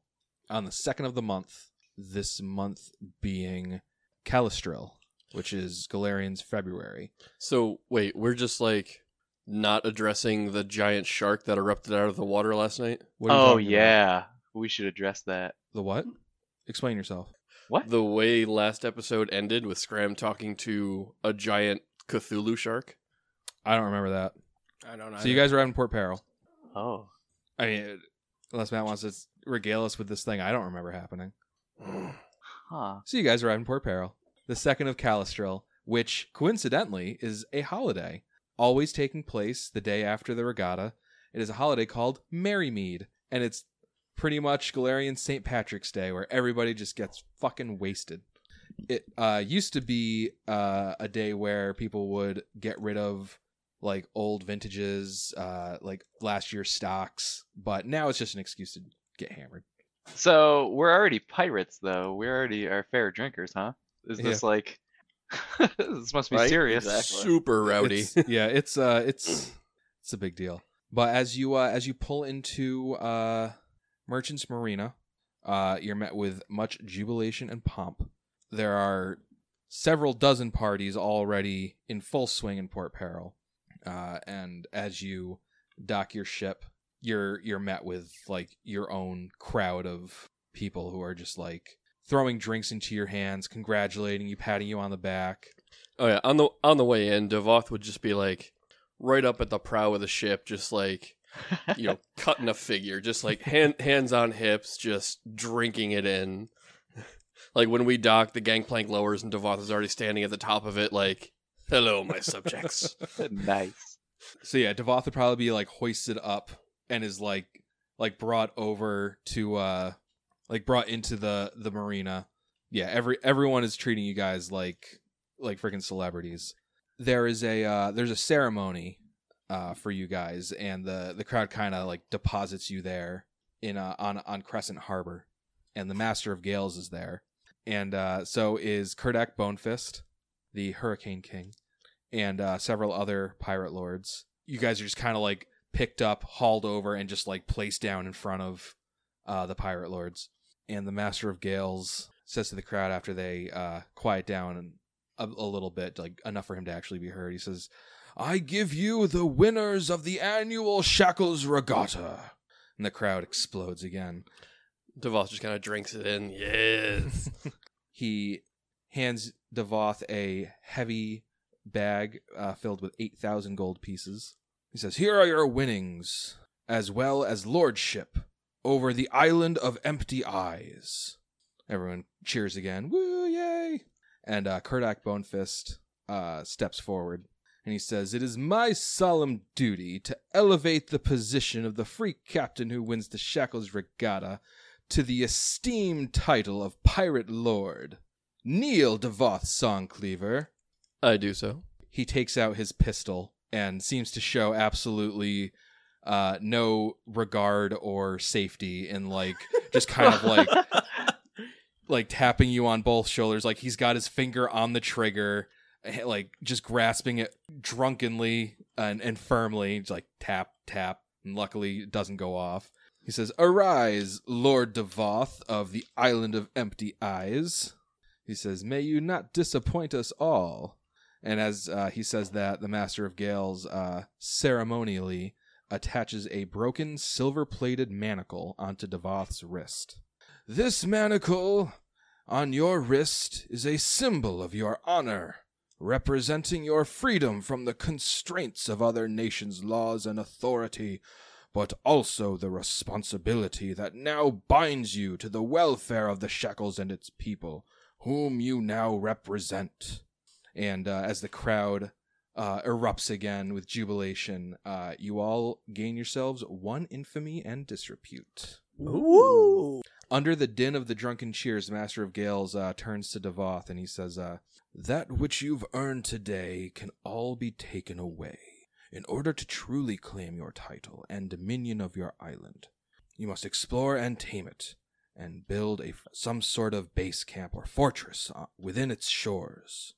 [SPEAKER 4] on the second of the month. This month being Calistril, which is Galarian's February.
[SPEAKER 6] So wait, we're just like not addressing the giant shark that erupted out of the water last night.
[SPEAKER 4] What are you
[SPEAKER 2] Oh
[SPEAKER 4] talking about?
[SPEAKER 2] yeah, we should address that.
[SPEAKER 4] the what? Explain yourself.
[SPEAKER 2] What?
[SPEAKER 6] The way last episode ended with Scram talking to a giant Cthulhu shark.
[SPEAKER 4] I don't remember that.
[SPEAKER 6] I don't know.
[SPEAKER 4] So you guys arrive in Port Peril.
[SPEAKER 2] oh,
[SPEAKER 4] I mean, unless Matt wants to regale us with this thing, I don't remember happening.
[SPEAKER 2] huh.
[SPEAKER 4] So you guys arrive in Port Peril, the second of Calistril, which coincidentally is a holiday, always taking place the day after the regatta. It is a holiday called Merrymead, and it's pretty much Galarian St. Patrick's Day, where everybody just gets fucking wasted. It uh, used to be uh, a day where people would get rid of like old vintages, uh, like last year's stocks, but now it's just an excuse to get hammered.
[SPEAKER 2] So we're already pirates, though. We're already our fair drinkers, huh? Is
[SPEAKER 4] Yeah.
[SPEAKER 2] this like? this must be
[SPEAKER 1] Right?
[SPEAKER 2] serious.
[SPEAKER 1] Exactly.
[SPEAKER 6] super rowdy.
[SPEAKER 4] It's- yeah, it's uh, it's it's a big deal. But as you uh, as you pull into uh, Merchants Marina, uh, you're met with much jubilation and pomp. There are several dozen parties already in full swing in Port Peril, uh, and as you dock your ship, you're you're met with like your own crowd of people who are just like throwing drinks into your hands, congratulating you, patting you on the back.
[SPEAKER 6] Oh yeah, on the on the way in, Devoth would just be like right up at the prow of the ship, just like you know, cutting a figure, just like hand, hands on hips, just drinking it in. Like when we dock, the gangplank lowers and Devoth is already standing at the top of it, like, "Hello, my subjects."
[SPEAKER 2] nice.
[SPEAKER 4] So yeah, Devoth would probably be like hoisted up and is like like brought over to uh like brought into the the marina. Yeah, every everyone is treating you guys like like freaking celebrities. There is a uh there's a ceremony uh for you guys and the the crowd kind of like deposits you there in uh, on on Crescent Harbor and the Master of Gales is there. And uh so is Kurdak Bonefist, the Hurricane King and uh, several other pirate lords. You guys are just kind of like picked up, hauled over, and just like placed down in front of uh, the pirate lords. And the master of gales says to the crowd after they uh, quiet down a, a little bit, like enough for him to actually be heard. He says, "I give you the winners of the annual Shackles Regatta." And the crowd explodes again.
[SPEAKER 6] Devoth just kind of drinks it in. Yes.
[SPEAKER 4] he hands Devoth a heavy bag uh, filled with 8,000 gold pieces. He says, Here are your winnings, as well as lordship over the island of empty eyes. Everyone cheers again. Woo, yay! And uh, Kurdak Bonefist uh, steps forward and he says, It is my solemn duty to elevate the position of the free captain who wins the Shackles Regatta to the esteemed title of Pirate Lord. Kneel, Devoth Songcleaver.
[SPEAKER 6] I do so.
[SPEAKER 4] He takes out his pistol and seems to show absolutely uh, no regard or safety in like just kind of like like tapping you on both shoulders like he's got his finger on the trigger eh, like just grasping it drunkenly and, and firmly just like tap tap and luckily it doesn't go off he says arise lord devoth of the island of empty eyes he says may you not disappoint us all and as uh, he says that the master of gales uh, ceremonially attaches a broken silver-plated manacle onto devoth's wrist this manacle on your wrist is a symbol of your honor, representing your freedom from the constraints of other nations' laws and authority, but also the responsibility that now binds you to the welfare of the Shackles and its people, whom you now represent. And uh, as the crowd uh, erupts again with jubilation, uh, you all gain yourselves one infamy and disrepute.
[SPEAKER 3] Ooh.
[SPEAKER 4] Under the din of the drunken cheers, the Master of Gales uh, turns to Devoth and he says, uh, That which you've earned today can all be taken away. In order to truly claim your title and dominion of your island, you must explore and tame it, and build a, some sort of base camp or fortress uh, within its shores.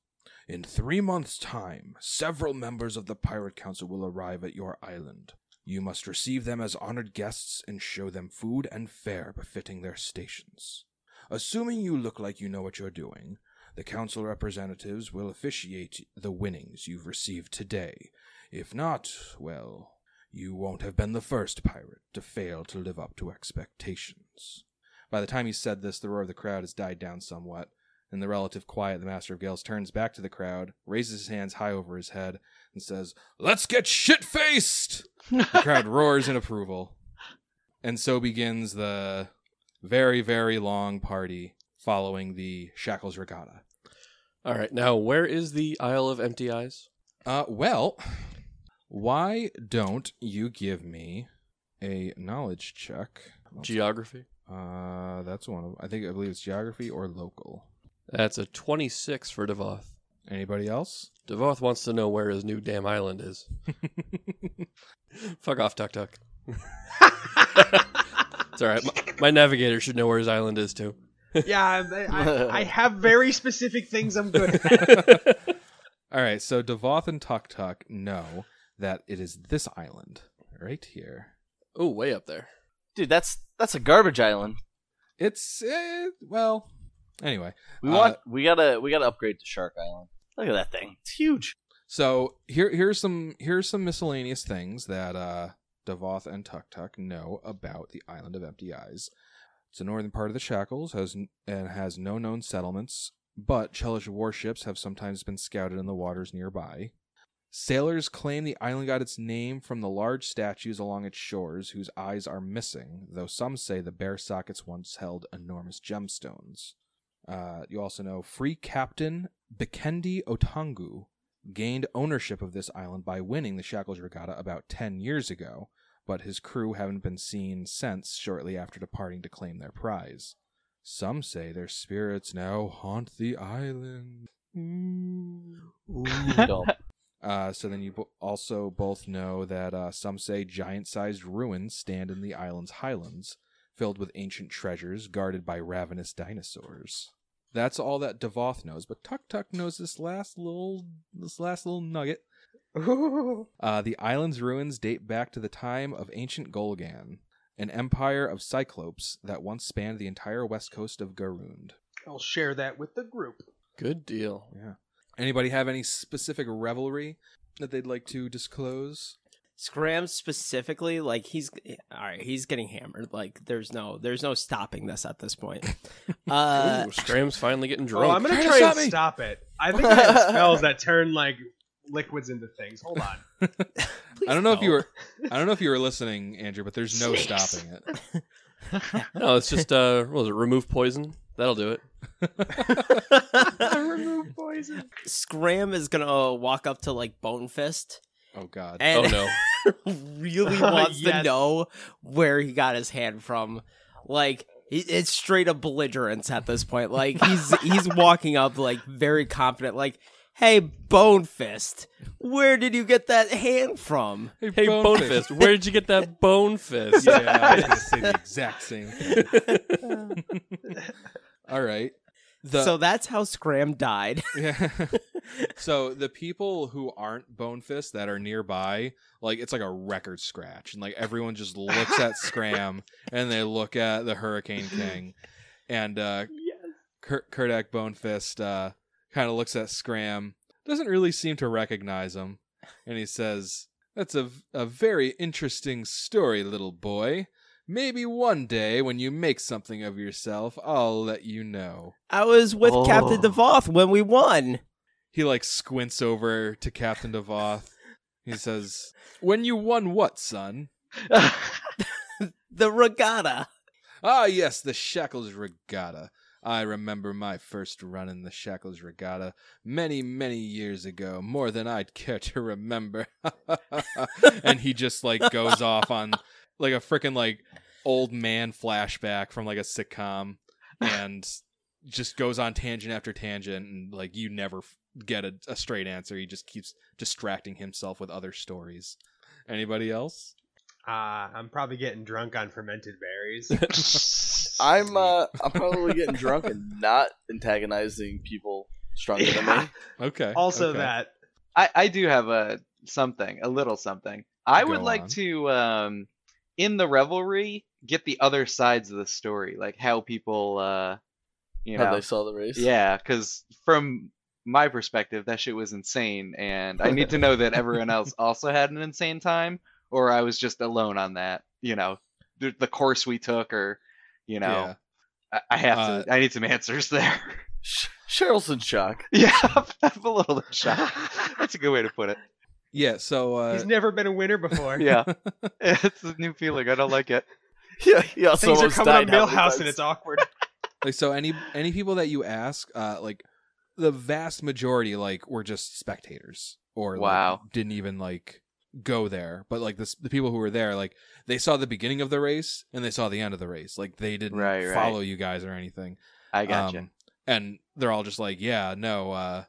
[SPEAKER 4] In three months' time, several members of the Pirate Council will arrive at your island. You must receive them as honored guests and show them food and fare befitting their stations. Assuming you look like you know what you're doing, the council representatives will officiate the winnings you've received today. If not, well, you won't have been the first pirate to fail to live up to expectations. By the time he said this, the roar of the crowd has died down somewhat. In the relative quiet, the Master of Gales turns back to the crowd, raises his hands high over his head, and says, Let's get shit faced! The crowd roars in approval. And so begins the very, very long party following the Shackles Regatta.
[SPEAKER 6] All right, now where is the Isle of Empty Eyes?
[SPEAKER 4] Uh, well, why don't you give me a knowledge check?
[SPEAKER 6] Geography.
[SPEAKER 4] Uh, that's one of I think I believe it's geography or local.
[SPEAKER 6] That's a 26 for Devoth.
[SPEAKER 4] Anybody else?
[SPEAKER 6] Devoth wants to know where his new damn island is. Fuck off, Tuck Tuck.
[SPEAKER 5] Uh,
[SPEAKER 6] it's all right. My, my navigator should know where his island is too.
[SPEAKER 5] yeah, I, I, I have very specific things I'm good at.
[SPEAKER 4] All right, so Devoth and Tuk Tuk know that it is this island right here.
[SPEAKER 6] oh, way up there.
[SPEAKER 1] Dude, that's that's a garbage island.
[SPEAKER 4] It's eh, well, anyway.
[SPEAKER 1] We
[SPEAKER 4] Uh,
[SPEAKER 1] want we gotta we gotta upgrade to Shark Island. Look at that thing. It's huge.
[SPEAKER 4] So here here's some here's some miscellaneous things that uh Devoth and Tuk Tuk know about the island of Empty Eyes. It's the northern part of the Shackles has n- and has no known settlements, but Chelish warships have sometimes been scouted in the waters nearby. Sailors claim the island got its name from the large statues along its shores whose eyes are missing, though some say the bare sockets once held enormous gemstones. Uh, you also know Free Captain Bikendi Otangu gained ownership of this island by winning the Shackles Regatta about 10 years ago, but his crew haven't been seen since shortly after departing to claim their prize. Some say their spirits now haunt the island.
[SPEAKER 1] Dumb.
[SPEAKER 4] Uh, so then you bo- also both know that uh, some say giant-sized ruins stand in the island's highlands, filled with ancient treasures guarded by ravenous dinosaurs. That's all that Devoth knows, but Tuk Tuk knows this last little this last little nugget. Uh, the island's ruins date back to the time of ancient Golgan, an empire of cyclopes that once spanned the entire west coast of Garund.
[SPEAKER 5] I'll share that with the group. Oh,
[SPEAKER 6] Good deal.
[SPEAKER 4] Anybody have any specific revelry that they'd like to disclose?
[SPEAKER 3] Scram specifically, like he's all right. He's getting hammered. Like there's no there's no stopping this at this point. Uh,
[SPEAKER 6] Ooh, Scram's finally getting
[SPEAKER 5] Oh,
[SPEAKER 6] drunk.
[SPEAKER 5] I'm gonna
[SPEAKER 4] Try to
[SPEAKER 5] try
[SPEAKER 4] stop me.
[SPEAKER 5] and stop it. I think I have spells that turn like liquids into things. Hold on.
[SPEAKER 4] I don't know if you
[SPEAKER 3] don't.
[SPEAKER 4] were I don't know if you were listening, Andrew, but there's no
[SPEAKER 5] Snakes.
[SPEAKER 4] stopping it.
[SPEAKER 6] No, it's just uh, what was it? Remove poison. That'll do it.
[SPEAKER 5] Remove poison.
[SPEAKER 3] Scram is gonna walk up to like Bonefist
[SPEAKER 4] Oh God.
[SPEAKER 6] Oh
[SPEAKER 3] and
[SPEAKER 6] no.
[SPEAKER 3] really wants to
[SPEAKER 5] Yes.
[SPEAKER 3] know where he got his hand from. Like he- it's straight up belligerence at this point. Like he's he's walking up like very confident. Like, hey, Bonefist, where did you get that hand from?
[SPEAKER 6] Hey, bone fist. Where did you get that bone fist?
[SPEAKER 4] Oh, yeah, I was gonna say the exact same thing. All right. The,
[SPEAKER 3] so that's how Scram died.
[SPEAKER 4] Yeah. so the people who aren't Bonefist that are nearby, like it's like a record scratch, and like everyone just looks at Scram and they look at the Hurricane King, and uh, Kur- Kurdak Bonefist uh, kind of looks at Scram, doesn't really seem to recognize him, and he says, "That's a a very interesting story, little boy." Maybe one day when you make something of yourself, I'll let you know.
[SPEAKER 3] I was with
[SPEAKER 2] Oh.
[SPEAKER 3] Captain Devoth when we won.
[SPEAKER 4] he like squints over to Captain Devoth. He says, "When you won what, son?
[SPEAKER 3] The regatta.
[SPEAKER 4] Ah, yes, the Shackles Regatta. I remember my first run in the Shackles Regatta many, many years ago, more than I'd care to remember." and he just like goes off on like a freaking like old man flashback from like a sitcom, and just goes on tangent after tangent, and like you never f- get a, a straight answer. He just keeps distracting himself with other stories. Anybody else?
[SPEAKER 5] Uh, I'm probably getting drunk on fermented berries.
[SPEAKER 1] I'm uh, I'm probably getting drunk and not antagonizing people stronger than me.
[SPEAKER 5] Yeah.
[SPEAKER 4] Okay.
[SPEAKER 5] also
[SPEAKER 4] okay.
[SPEAKER 5] that.
[SPEAKER 2] I, I do have a something, a little something. I would
[SPEAKER 4] Go
[SPEAKER 2] like
[SPEAKER 4] on.
[SPEAKER 2] to, um, in the revelry, get the other sides of the story, like how people, uh, you
[SPEAKER 1] How
[SPEAKER 2] know,
[SPEAKER 1] they saw the race.
[SPEAKER 2] yeah, because from my perspective, that shit was insane, and I need to know that everyone else also had an insane time, or I was just alone on that, you know, the, the course we took, or you know, I, I have to, I need some answers there.
[SPEAKER 1] Sh- Cheryl's in shock.
[SPEAKER 2] yeah, I'm, I'm a little shocked. That's a good way to put it.
[SPEAKER 4] Yeah. Yeah. So uh,
[SPEAKER 5] He's never been a winner before.
[SPEAKER 2] Yeah, it's a new feeling. I don't like it.
[SPEAKER 1] Yeah, yeah. So
[SPEAKER 5] Things are coming up
[SPEAKER 1] died how
[SPEAKER 5] Millhouse
[SPEAKER 1] many
[SPEAKER 5] and it's
[SPEAKER 1] times?
[SPEAKER 5] awkward.
[SPEAKER 4] like so any any people that you ask uh like the vast majority like were just spectators or like,
[SPEAKER 2] Wow.
[SPEAKER 4] didn't even like go there but like this the people who were there like they saw the beginning of the race and they saw the end of the race like they didn't
[SPEAKER 2] Right, right.
[SPEAKER 4] follow you guys or anything
[SPEAKER 2] I gotcha.
[SPEAKER 4] Um, and they're all just like yeah no uh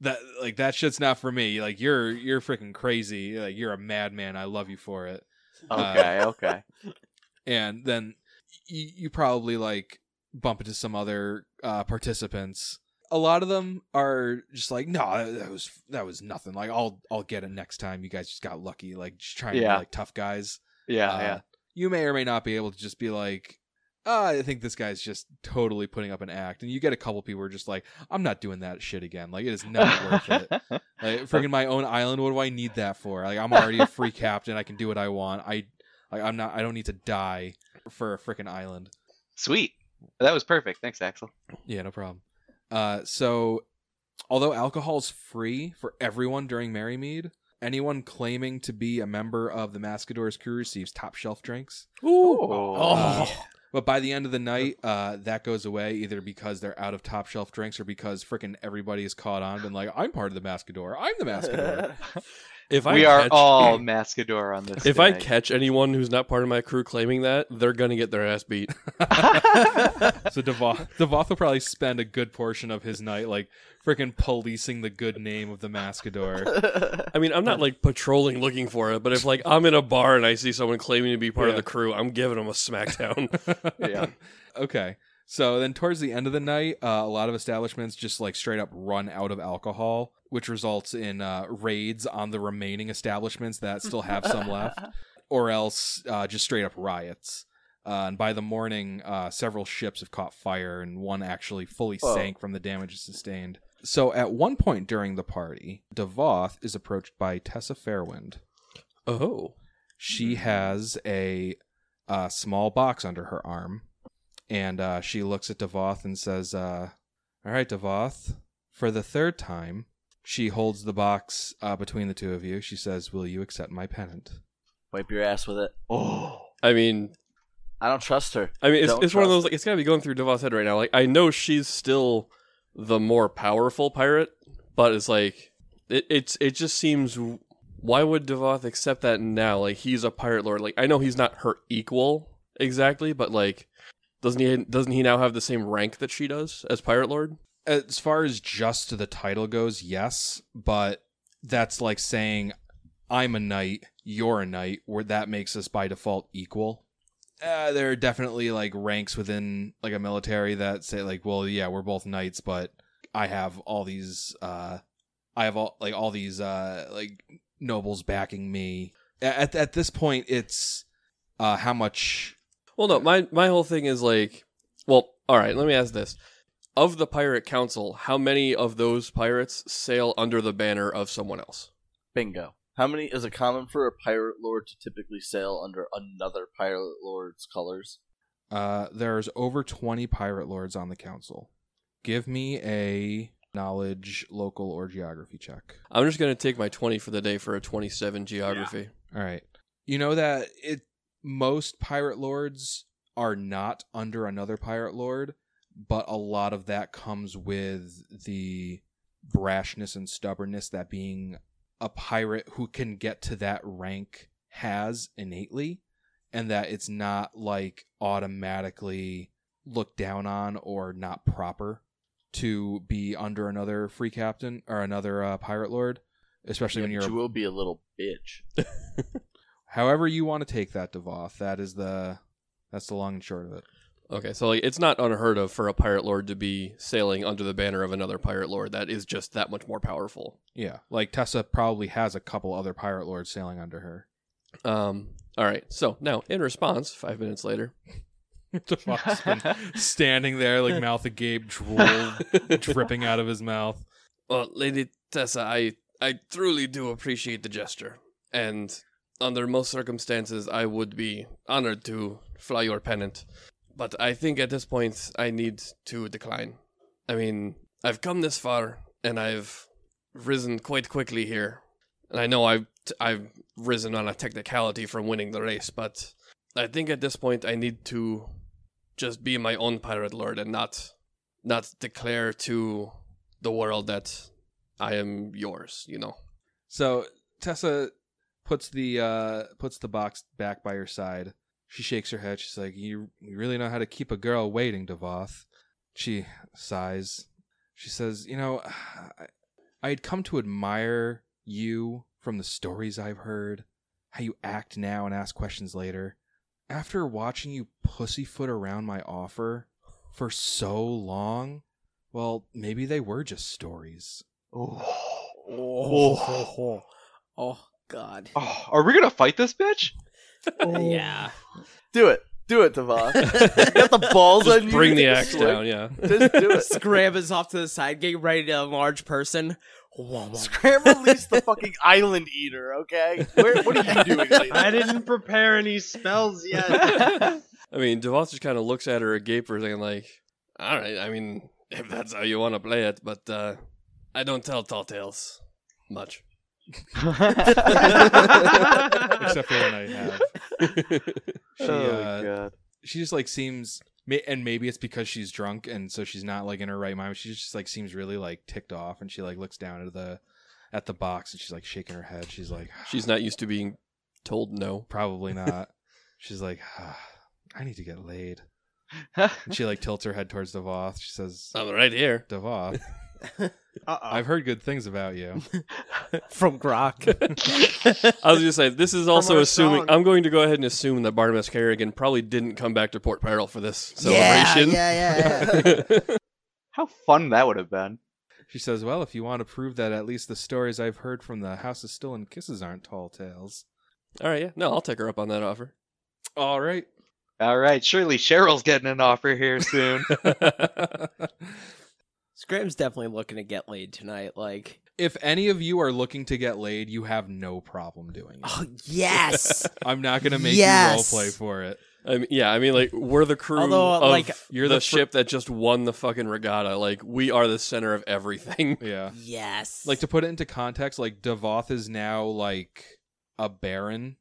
[SPEAKER 4] that like that shit's not for me like you're you're freaking crazy like you're a madman i love you for it
[SPEAKER 2] okay,
[SPEAKER 6] uh,
[SPEAKER 2] okay.
[SPEAKER 4] and then y- you probably like bump into some other uh, participants. A lot of them are just like, no, that, that was that was nothing. Like, I'll I'll get it next time. You guys just got lucky. Like, just trying to
[SPEAKER 2] Yeah.
[SPEAKER 4] be like tough guys.
[SPEAKER 2] Yeah,
[SPEAKER 4] Uh,
[SPEAKER 2] yeah.
[SPEAKER 4] You may or may not be able to just be like, "Ah, I think this guy's just totally putting up an act. And you get a couple people who are just like, I'm not doing that shit again. Like, it is not
[SPEAKER 6] uh,
[SPEAKER 4] worth it. Like freaking my own island. What do I need that for? Like I'm already a free captain. I can do what I want. I like I'm not. I don't need to die for a freaking island.
[SPEAKER 2] Sweet. That was perfect. Thanks, Axel.
[SPEAKER 4] Yeah, no problem. Uh, so although alcohol's free for everyone during Merrymead, anyone claiming to be a member of the Mascador's crew receives top shelf drinks.
[SPEAKER 3] Oh,
[SPEAKER 4] But by the end of the night, uh, that goes away either because they're out of top shelf drinks or because freaking everybody has caught on, and been like, "I'm part of the Mascador. I'm the Mascador."
[SPEAKER 6] If I
[SPEAKER 2] we are
[SPEAKER 6] catch-
[SPEAKER 2] all Mascador on this.
[SPEAKER 6] If I
[SPEAKER 2] day.
[SPEAKER 6] catch anyone who's not part of my crew claiming that, they're gonna get their ass beat.
[SPEAKER 4] So Devoth, Devoth will probably spend a good portion of his night like freaking policing the good name of the Mascador.
[SPEAKER 6] I mean, I'm not like patrolling looking for it, but if like I'm in a bar and I see someone claiming to be part of
[SPEAKER 4] Yeah.
[SPEAKER 6] the crew, I'm giving them a smackdown.
[SPEAKER 2] Yeah.
[SPEAKER 4] Okay. So then towards the end of the night, uh, a lot of establishments just like straight up run out of alcohol, which results in uh, raids on the remaining establishments that still have some left, or else uh, just straight up riots. Uh, and by the morning, uh, several ships have caught fire, and one actually fully
[SPEAKER 1] Whoa.
[SPEAKER 4] sank from the damage sustained. So at one point during the party, Devoth is approached by Tessa Fairwind. Oh. She has a, uh small box under her arm, and uh, she looks at Devoth and says, uh, "All right, Devoth." For the third time, she holds the box uh, between the two of you. She says, "Will you accept my pennant?"
[SPEAKER 1] Wipe your ass with it.
[SPEAKER 2] Oh,
[SPEAKER 6] I mean,
[SPEAKER 1] I don't trust her.
[SPEAKER 6] I mean, it's,
[SPEAKER 1] Don't
[SPEAKER 6] it's one of
[SPEAKER 1] trust
[SPEAKER 6] those like it's gotta be going through Devos' head right now. Like I know she's still the more powerful pirate, but it's like it, it's it just seems why would Devoth accept that now? Like he's a pirate lord. Like I know he's not her equal exactly, but like doesn't he doesn't he now have the same rank that she does as pirate lord?
[SPEAKER 4] as far as just the title goes, yes, but that's like saying I'm a knight, you're a knight, where that makes us by default equal. Uh, there are definitely like ranks within like a military that say like, well, yeah, we're both knights, but I have all these, uh, I have all like all these uh, like nobles backing me. A- At at this point, it's uh, how much
[SPEAKER 6] Well, no, my my whole thing is like, well, all right. Let me ask this: of the pirate council, how many of those pirates sail under the banner of someone else?
[SPEAKER 1] Bingo. How many is it common for a pirate lord to typically sail under another pirate lord's colors?
[SPEAKER 4] Uh, there's over 20 pirate lords on the council. Give me a knowledge, local, or geography check.
[SPEAKER 6] I'm just gonna take my twenty for the day for a twenty-seven geography.
[SPEAKER 4] All right. You know that it most pirate lords are not under another pirate lord, but a lot of that comes with the brashness and stubbornness that being a pirate who can get to that rank has innately and that it's not like automatically looked down on or not proper to be under another free captain or another uh, pirate lord especially
[SPEAKER 1] Yeah,
[SPEAKER 4] when
[SPEAKER 1] but
[SPEAKER 4] you're a
[SPEAKER 1] you will be a little bitch.
[SPEAKER 4] however you want to take that devoth that is the that's the long and short of it
[SPEAKER 6] Okay, so like, it's not unheard of for a pirate lord to be sailing under the banner of another pirate lord. That is just that much more powerful.
[SPEAKER 4] yeah like tessa probably has a couple other pirate lords sailing under her
[SPEAKER 6] Um, all right. So now, in response, five minutes later,
[SPEAKER 4] devoth's standing there like mouth agape drool dripping out of his mouth
[SPEAKER 6] Well, Lady Tessa, I, I truly do appreciate the gesture. And under most circumstances, I would be honored to fly your pennant. But I think at this point, I need to decline. I mean, I've come this far, and I've risen quite quickly here. And I know I've, t- I've risen on a technicality from winning the race, but I think at this point, I need to just be my own pirate lord and not not declare to the world that I am yours, you know.
[SPEAKER 4] so tessa puts the uh puts the box back by her side she shakes her head she's like you, you really know how to keep a girl waiting devoth she sighs she says you know I- i had come to admire you from the stories i've heard how you act now and ask questions later after watching you pussyfoot around my offer for so long well maybe they were just stories
[SPEAKER 2] oh,
[SPEAKER 3] Oh, oh God.
[SPEAKER 2] Oh, are we gonna fight this bitch?
[SPEAKER 3] Yeah.
[SPEAKER 1] Do it. Do it, Devon. you got the balls on you.
[SPEAKER 6] Bring the
[SPEAKER 1] Just
[SPEAKER 6] axe
[SPEAKER 1] like-
[SPEAKER 6] down, yeah.
[SPEAKER 1] Just do it.
[SPEAKER 3] Scram is off to the side, getting ready to enlarge person.
[SPEAKER 1] Scram release the fucking island eater, okay? Where, what are you doing? Lady?
[SPEAKER 5] I didn't prepare any spells yet.
[SPEAKER 6] I mean, DeVos just kind of looks at her agape for a second, like, all right, I mean, if that's how you want to play it, but uh, I don't tell tall tales much.
[SPEAKER 4] except for when i have
[SPEAKER 1] Oh
[SPEAKER 4] she, uh,
[SPEAKER 2] god.
[SPEAKER 4] she just like seems ma- and maybe it's because she's drunk and so she's not like in her right mind she just like seems really like ticked off and she like looks down at the at the box and she's like shaking her head she's like
[SPEAKER 6] She's not used to being told no.
[SPEAKER 4] probably not she's like "Ah, i need to get laid and she like tilts her head towards devoth she says
[SPEAKER 6] I'm right here.
[SPEAKER 4] devoth
[SPEAKER 5] Uh
[SPEAKER 4] i've heard good things about you
[SPEAKER 3] From Grok.
[SPEAKER 6] I was just saying, this is also
[SPEAKER 5] our
[SPEAKER 6] assuming.
[SPEAKER 5] song.
[SPEAKER 6] I'm going to go ahead and assume that Barnabas Kerrigan probably didn't come back to Port Peril for this celebration.
[SPEAKER 3] yeah,
[SPEAKER 2] How fun that would have been.
[SPEAKER 4] she says well if you want to prove that at least the stories i've heard from the house of stolen kisses aren't tall tales
[SPEAKER 6] all right, yeah. No, I'll take her up on that offer.
[SPEAKER 4] all right
[SPEAKER 2] All right, surely Cheryl's getting an offer here soon.
[SPEAKER 3] Scram's definitely looking to get laid tonight. Like,
[SPEAKER 4] If any of you are looking to get laid, you have no problem doing it.
[SPEAKER 3] Oh yes.
[SPEAKER 4] I'm not gonna make you role
[SPEAKER 3] Yes.
[SPEAKER 4] play for it.
[SPEAKER 6] I mean, yeah, I mean, like we're the crew.
[SPEAKER 3] Although,
[SPEAKER 6] of-
[SPEAKER 3] like,
[SPEAKER 6] you're the,
[SPEAKER 3] the fir-
[SPEAKER 6] ship that just won the fucking regatta. Like we are the center of everything.
[SPEAKER 4] Yeah.
[SPEAKER 3] yes.
[SPEAKER 4] Like to put it into context, like Devoth is now like a baron.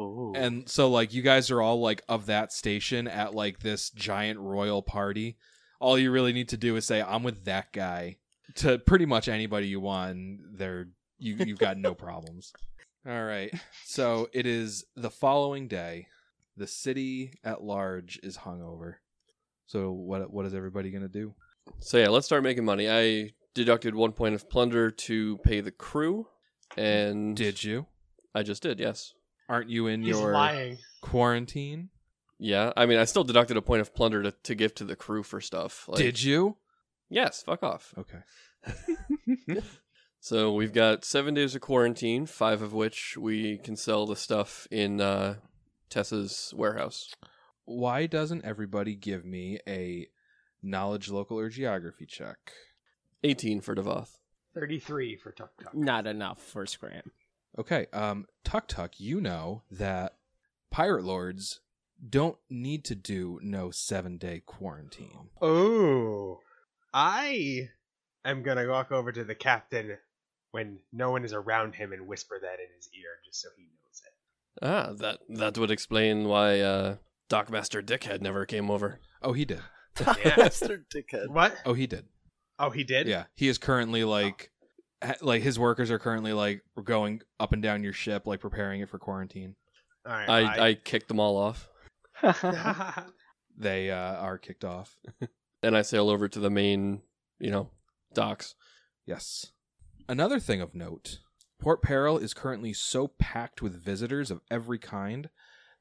[SPEAKER 1] Ooh.
[SPEAKER 4] And so like you guys are all like of that station at like this giant royal party. All you really need to do is say, I'm with that guy to pretty much anybody you want, and they're you you've got no problems. All right. So it is the following day. The city at large is hungover. So what what is everybody gonna do?
[SPEAKER 6] So yeah, let's start making money. I deducted one point of plunder to pay the crew, and
[SPEAKER 4] Did you?
[SPEAKER 6] I just did? Yes.
[SPEAKER 4] Aren't you in
[SPEAKER 5] He's
[SPEAKER 4] your
[SPEAKER 5] lying.
[SPEAKER 4] quarantine?
[SPEAKER 6] Yeah, I mean, I still deducted a point of plunder to, to give to the crew for stuff. Like,
[SPEAKER 4] Did you?
[SPEAKER 6] Yes. Fuck off.
[SPEAKER 4] Okay.
[SPEAKER 6] So we've got seven days of quarantine, five of which we can sell the stuff in uh, Tessa's warehouse.
[SPEAKER 4] Why doesn't everybody give me a knowledge, local, or geography check?
[SPEAKER 6] Eighteen for Devoth.
[SPEAKER 5] 33 for Tuk Tuk.
[SPEAKER 3] not enough for Scram.
[SPEAKER 4] Okay, um, Tuk Tuk, you know that pirate lords don't need to do no seven day quarantine.
[SPEAKER 5] Oh, I am gonna walk over to the captain when no one is around him and whisper that in his ear, just so he knows it.
[SPEAKER 6] Ah, that that would explain why uh, Dockmaster Dickhead never came over.
[SPEAKER 4] Oh, he did.
[SPEAKER 5] Yeah.
[SPEAKER 1] Master dickhead.
[SPEAKER 5] What?
[SPEAKER 4] Oh, he did.
[SPEAKER 5] Oh, he did.
[SPEAKER 4] Yeah, he is currently like, ha- like his workers are currently like going up and down your ship, like preparing it for quarantine.
[SPEAKER 5] All right.
[SPEAKER 6] I, I kicked them all off,
[SPEAKER 4] They uh, are kicked off.
[SPEAKER 6] and I sail over to the main, you know, docks.
[SPEAKER 4] Yes. Another thing of note Port Peril is currently so packed with visitors of every kind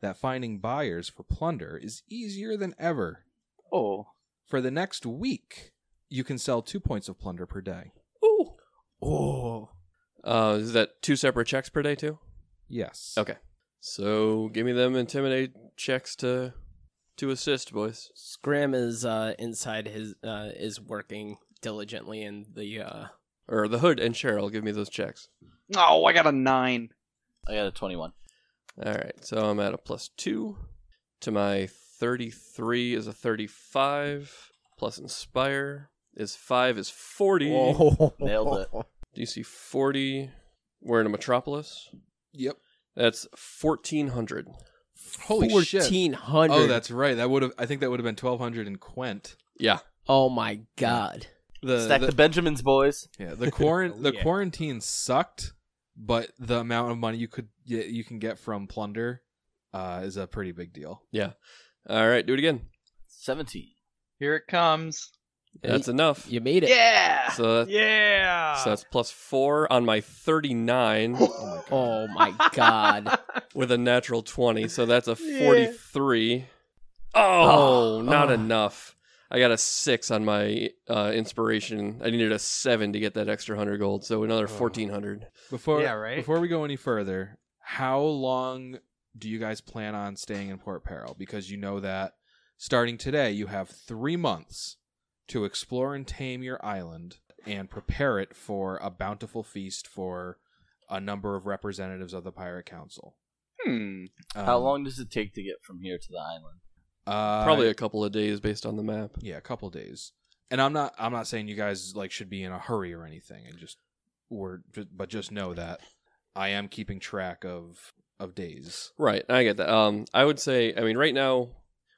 [SPEAKER 4] that finding buyers for plunder is easier than ever.
[SPEAKER 1] Oh.
[SPEAKER 4] For the next week, you can sell two points of plunder per day.
[SPEAKER 6] Ooh.
[SPEAKER 3] Oh.
[SPEAKER 6] Uh, is that two separate checks per day too?
[SPEAKER 4] Yes.
[SPEAKER 6] Okay. So give me them intimidate checks to to assist, boys.
[SPEAKER 3] Scram is uh inside his uh is working diligently in the uh
[SPEAKER 6] Or the hood and Cheryl give me those checks.
[SPEAKER 2] Oh, I got a nine.
[SPEAKER 1] I got a 21.
[SPEAKER 6] All right, so I'm at a plus two. To my 33 is a 35. Plus Inspire is five is 40.
[SPEAKER 1] Nailed it.
[SPEAKER 6] DC 40. We're in a metropolis.
[SPEAKER 4] Yep.
[SPEAKER 6] That's 1400.
[SPEAKER 4] Holy shit.
[SPEAKER 3] Fourteen hundred.
[SPEAKER 4] Oh, that's right. That would have I think that would have been 1200 in Quent.
[SPEAKER 6] Yeah.
[SPEAKER 3] Oh my god.
[SPEAKER 4] The,
[SPEAKER 1] Stack the,
[SPEAKER 4] the-
[SPEAKER 1] Benjamins, boys.
[SPEAKER 4] Yeah, the quarant
[SPEAKER 3] Oh,
[SPEAKER 4] the
[SPEAKER 3] yeah.
[SPEAKER 4] quarantine sucked, but the amount of money you could get, you can get from plunder uh, is a pretty big deal.
[SPEAKER 6] All right, do it again.
[SPEAKER 1] 17.
[SPEAKER 2] Here it comes.
[SPEAKER 6] That's enough.
[SPEAKER 3] You made it.
[SPEAKER 2] Yeah.
[SPEAKER 6] So, that,
[SPEAKER 5] yeah.
[SPEAKER 6] so that's plus four on my 39
[SPEAKER 5] oh
[SPEAKER 3] Oh my god.
[SPEAKER 6] with a natural 20. So that's a
[SPEAKER 5] Yeah.
[SPEAKER 6] 43. Oh,
[SPEAKER 3] Oh,
[SPEAKER 6] not
[SPEAKER 3] oh.
[SPEAKER 6] enough. I got a six on my uh, inspiration. I needed a seven to get that extra 100 gold. So another
[SPEAKER 4] Oh.
[SPEAKER 6] 1400.
[SPEAKER 4] Before
[SPEAKER 5] Yeah, right?
[SPEAKER 4] before we go any further, how long do you guys plan on staying in Port Peril? Because you know that starting today, you have three months to explore and tame your island and prepare it for a bountiful feast for a number of representatives of the Pirate Council.
[SPEAKER 2] Hmm.
[SPEAKER 1] How
[SPEAKER 4] Um,
[SPEAKER 1] long does it take to get from here to the island?
[SPEAKER 4] Uh,
[SPEAKER 6] Probably a couple of days based on the map.
[SPEAKER 4] yeah, a couple days. And I'm not I'm not saying you guys like should be in a hurry or anything. And just or but just know that I am keeping track of of days.
[SPEAKER 6] Right, I get that. Um, I would say, I mean, right now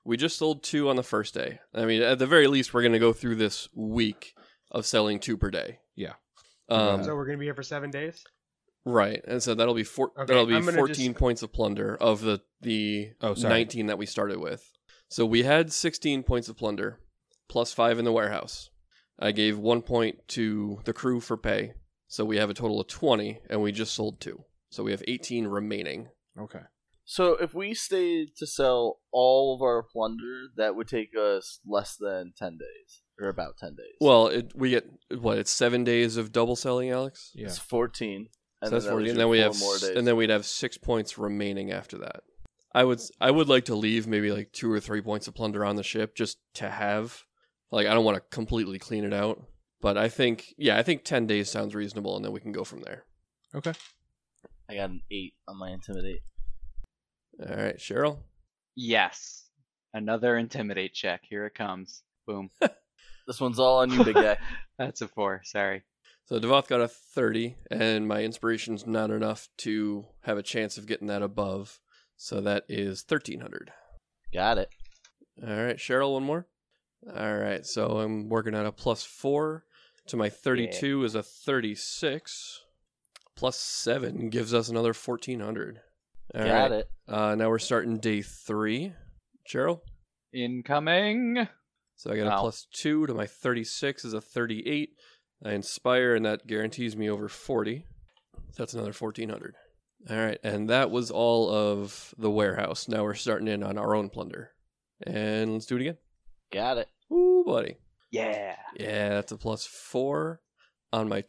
[SPEAKER 6] we just sold two on the first day. I mean, at the very least, we're going to go through this week of selling two per day.
[SPEAKER 4] Yeah.
[SPEAKER 6] Um,
[SPEAKER 5] so we're gonna be here for seven days.
[SPEAKER 6] right, and so that'll be four,
[SPEAKER 5] Okay,
[SPEAKER 6] that'll be
[SPEAKER 5] I'm gonna
[SPEAKER 6] fourteen
[SPEAKER 5] just-
[SPEAKER 6] points of plunder of the the
[SPEAKER 4] Oh, sorry.
[SPEAKER 6] nineteen that we started with. So we had sixteen points of plunder, plus five in the warehouse. I gave one point to the crew for pay, so we have a total of twenty, and we just sold two, so we have eighteen remaining.
[SPEAKER 4] Okay.
[SPEAKER 1] So if we stayed to sell all of our plunder, that would take us less than 10 days, or about 10 days.
[SPEAKER 6] Well, it, we get what it's seven days of double selling, Alex.
[SPEAKER 4] Yeah.
[SPEAKER 1] it's 14.
[SPEAKER 6] So
[SPEAKER 1] that
[SPEAKER 6] that's
[SPEAKER 1] leaves
[SPEAKER 6] forty,
[SPEAKER 1] you
[SPEAKER 6] and then we
[SPEAKER 1] four
[SPEAKER 6] have,
[SPEAKER 1] more
[SPEAKER 6] s-
[SPEAKER 1] days.
[SPEAKER 6] and then we'd have six points remaining after that. I would, s- I would like to leave maybe like two or three points of plunder on the ship just to have. Like, I don't want to completely clean it out, But I think, yeah, I think 10 days sounds reasonable, and then we can go from there.
[SPEAKER 1] I got an eight on my intimidate.
[SPEAKER 6] All right, Cheryl.
[SPEAKER 2] Yes. Another intimidate check. Here it comes. Boom.
[SPEAKER 1] This one's all on you, big guy.
[SPEAKER 2] That's a four. Sorry.
[SPEAKER 6] So Devoth got a 30, and my inspiration's not enough to have a chance of getting that above. So that is 1300.
[SPEAKER 1] got it.
[SPEAKER 6] All right, Cheryl, one more. All right, so I'm working on a plus four to my 32 is a 36. Plus seven gives us another 1400. All right.
[SPEAKER 1] got it.
[SPEAKER 6] Uh, now we're starting day three. Cheryl,
[SPEAKER 2] Incoming.
[SPEAKER 6] so I got a
[SPEAKER 2] Wow.
[SPEAKER 6] plus two to my 36 is a 38. I inspire, and that guarantees me over 40. That's another 1400. All right, and that was all of the warehouse. Now we're starting in on our own plunder. And let's do it again.
[SPEAKER 1] Got it.
[SPEAKER 6] Ooh, buddy.
[SPEAKER 2] Yeah.
[SPEAKER 6] Yeah, that's a plus four on my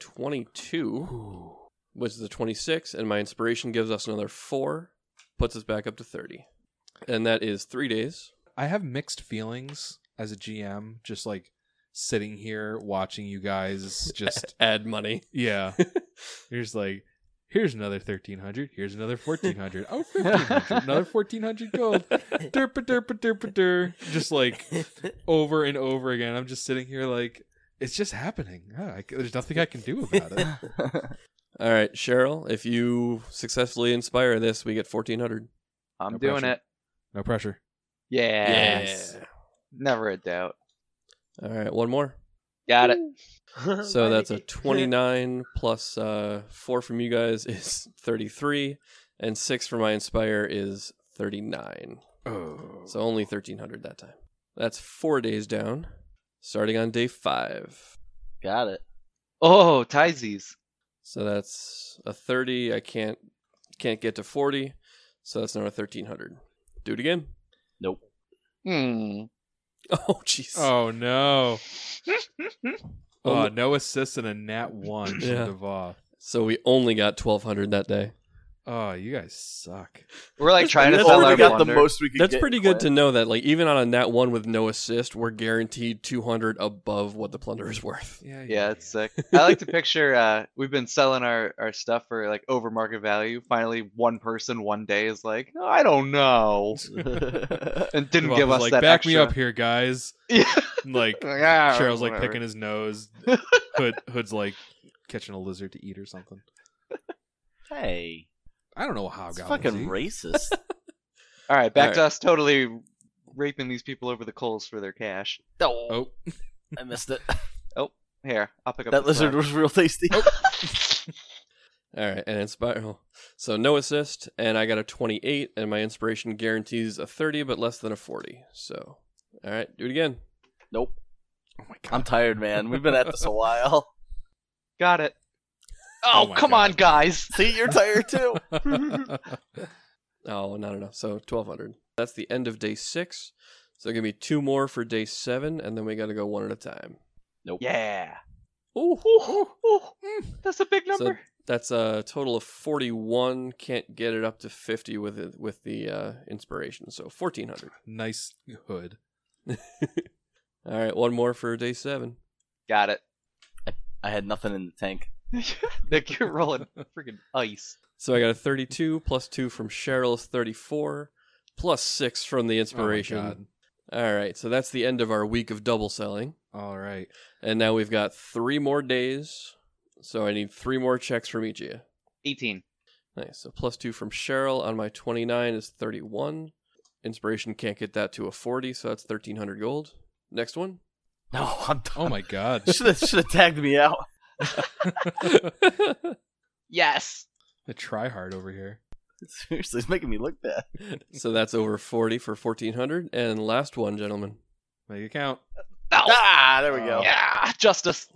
[SPEAKER 6] 22, which is a 26, and my inspiration gives us another four, puts us back up to 30. And that is three days.
[SPEAKER 4] I have mixed feelings as a GM, just like sitting here watching you guys. Just
[SPEAKER 6] Add money.
[SPEAKER 4] yeah, here's like here's another thirteen hundred. Here's another fourteen hundred. Oh, 1500, another fourteen hundred gold. Derpa derpa derpa der. Just like over and over again. I'm just sitting here like it's just happening. Ah, I c- there's nothing I can do about it.
[SPEAKER 6] All right, Cheryl, if you successfully inspire this, we get 1400.
[SPEAKER 2] I'm
[SPEAKER 4] No
[SPEAKER 2] doing
[SPEAKER 4] pressure.
[SPEAKER 2] it.
[SPEAKER 4] No pressure.
[SPEAKER 2] Yes. Never a doubt.
[SPEAKER 6] All right, one more.
[SPEAKER 2] Got it.
[SPEAKER 6] So that's a 29 plus uh, four from you guys is 33, and six from my inspire is 39.
[SPEAKER 4] Oh,
[SPEAKER 6] So only 1300 that time. That's four days down, starting on day five.
[SPEAKER 1] Got it.
[SPEAKER 2] Oh, Tyzies.
[SPEAKER 6] So that's a 30. I can't can't get to 40. So that's another 1300. Do it again.
[SPEAKER 1] Nope.
[SPEAKER 2] Hmm.
[SPEAKER 6] Oh jeez.
[SPEAKER 4] oh no. Oh,
[SPEAKER 6] Only-
[SPEAKER 4] no assists and a nat one from
[SPEAKER 6] Yeah.
[SPEAKER 4] Devoth.
[SPEAKER 6] So we only got 1200 that day.
[SPEAKER 4] Oh, you guys suck.
[SPEAKER 2] We're like trying to
[SPEAKER 6] That's
[SPEAKER 2] sell
[SPEAKER 6] all
[SPEAKER 2] our
[SPEAKER 6] we
[SPEAKER 1] got
[SPEAKER 2] blunder.
[SPEAKER 1] the most we could
[SPEAKER 6] That's
[SPEAKER 1] get,
[SPEAKER 6] pretty good to
[SPEAKER 1] Clint.
[SPEAKER 6] know that like even on a nat 1 with no assist, we're guaranteed 200 above what the plunder is worth.
[SPEAKER 4] Yeah,
[SPEAKER 2] Yeah, it's sick. I like to picture uh, we've been selling our, our stuff for like over market value. Finally, one person one day is like, no, I don't know, and didn't
[SPEAKER 4] Devoth
[SPEAKER 2] give
[SPEAKER 4] was
[SPEAKER 2] us
[SPEAKER 4] like,
[SPEAKER 2] that
[SPEAKER 4] back
[SPEAKER 2] extra.
[SPEAKER 4] me up here, guys.
[SPEAKER 2] Yeah.
[SPEAKER 4] And, like
[SPEAKER 2] Ah,
[SPEAKER 4] Cheryl's like
[SPEAKER 2] whatever.
[SPEAKER 4] picking his nose. Hood Hood's like catching a lizard to eat or something.
[SPEAKER 1] hey,
[SPEAKER 4] I don't know how
[SPEAKER 1] it's
[SPEAKER 4] goblins
[SPEAKER 1] fucking
[SPEAKER 4] eat.
[SPEAKER 1] racist.
[SPEAKER 2] All right, back
[SPEAKER 6] All
[SPEAKER 2] to us totally raping these people over the coals for their cash.
[SPEAKER 1] oh,
[SPEAKER 4] Oh,
[SPEAKER 1] I missed it.
[SPEAKER 2] Here, I'll pick up
[SPEAKER 1] That
[SPEAKER 2] the
[SPEAKER 1] lizard
[SPEAKER 2] slack.
[SPEAKER 1] was real tasty.
[SPEAKER 6] All right, and inspire. oh, So no assist, and I got a 28, and my inspiration guarantees a 30, but less than a 40. So, all right, do it again.
[SPEAKER 1] Nope.
[SPEAKER 4] oh my god.
[SPEAKER 1] I'm tired, man. We've been at this a while.
[SPEAKER 2] Got it.
[SPEAKER 4] Oh
[SPEAKER 2] Oh,
[SPEAKER 4] my
[SPEAKER 2] come
[SPEAKER 4] God.
[SPEAKER 2] on, guys.
[SPEAKER 1] See, you're tired too.
[SPEAKER 6] Oh, not enough. So 1200. That's the end of day six. So give me two more for day seven, and then we got to go one at a time.
[SPEAKER 2] Yeah.
[SPEAKER 6] Ooh,
[SPEAKER 2] Ooh, ooh, that's a big
[SPEAKER 6] So-
[SPEAKER 2] number.
[SPEAKER 6] that's a total of 41. Can't get it up to 50 with it, with the uh, inspiration. So 1400.
[SPEAKER 4] nice hood.
[SPEAKER 6] All right, one more for day seven.
[SPEAKER 2] Got it.
[SPEAKER 1] I had nothing in the tank.
[SPEAKER 2] Nick, you're rolling freaking ice.
[SPEAKER 6] So I got a 32 plus two from Cheryl's 34 plus six from the
[SPEAKER 4] Oh my
[SPEAKER 6] inspiration.
[SPEAKER 4] god.
[SPEAKER 6] All right, so that's the end of our week of double selling.
[SPEAKER 4] All right.
[SPEAKER 6] And now we've got three more days. So I need three more checks from each of you.
[SPEAKER 2] 18.
[SPEAKER 6] Nice. So plus two from Cheryl on my 29 is 31. Inspiration can't get that to a 40, so that's 1300 gold. Next one.
[SPEAKER 1] No, I'm done.
[SPEAKER 4] Oh my god.
[SPEAKER 1] should have should have tagged me out.
[SPEAKER 2] Yes.
[SPEAKER 4] A try hard over here.
[SPEAKER 1] Seriously, it's making me look bad.
[SPEAKER 6] so that's over 40 for 1400. And last one, gentlemen.
[SPEAKER 4] Make it count.
[SPEAKER 2] No.
[SPEAKER 1] Ah, there we go.
[SPEAKER 4] Oh.
[SPEAKER 2] Yeah, justice.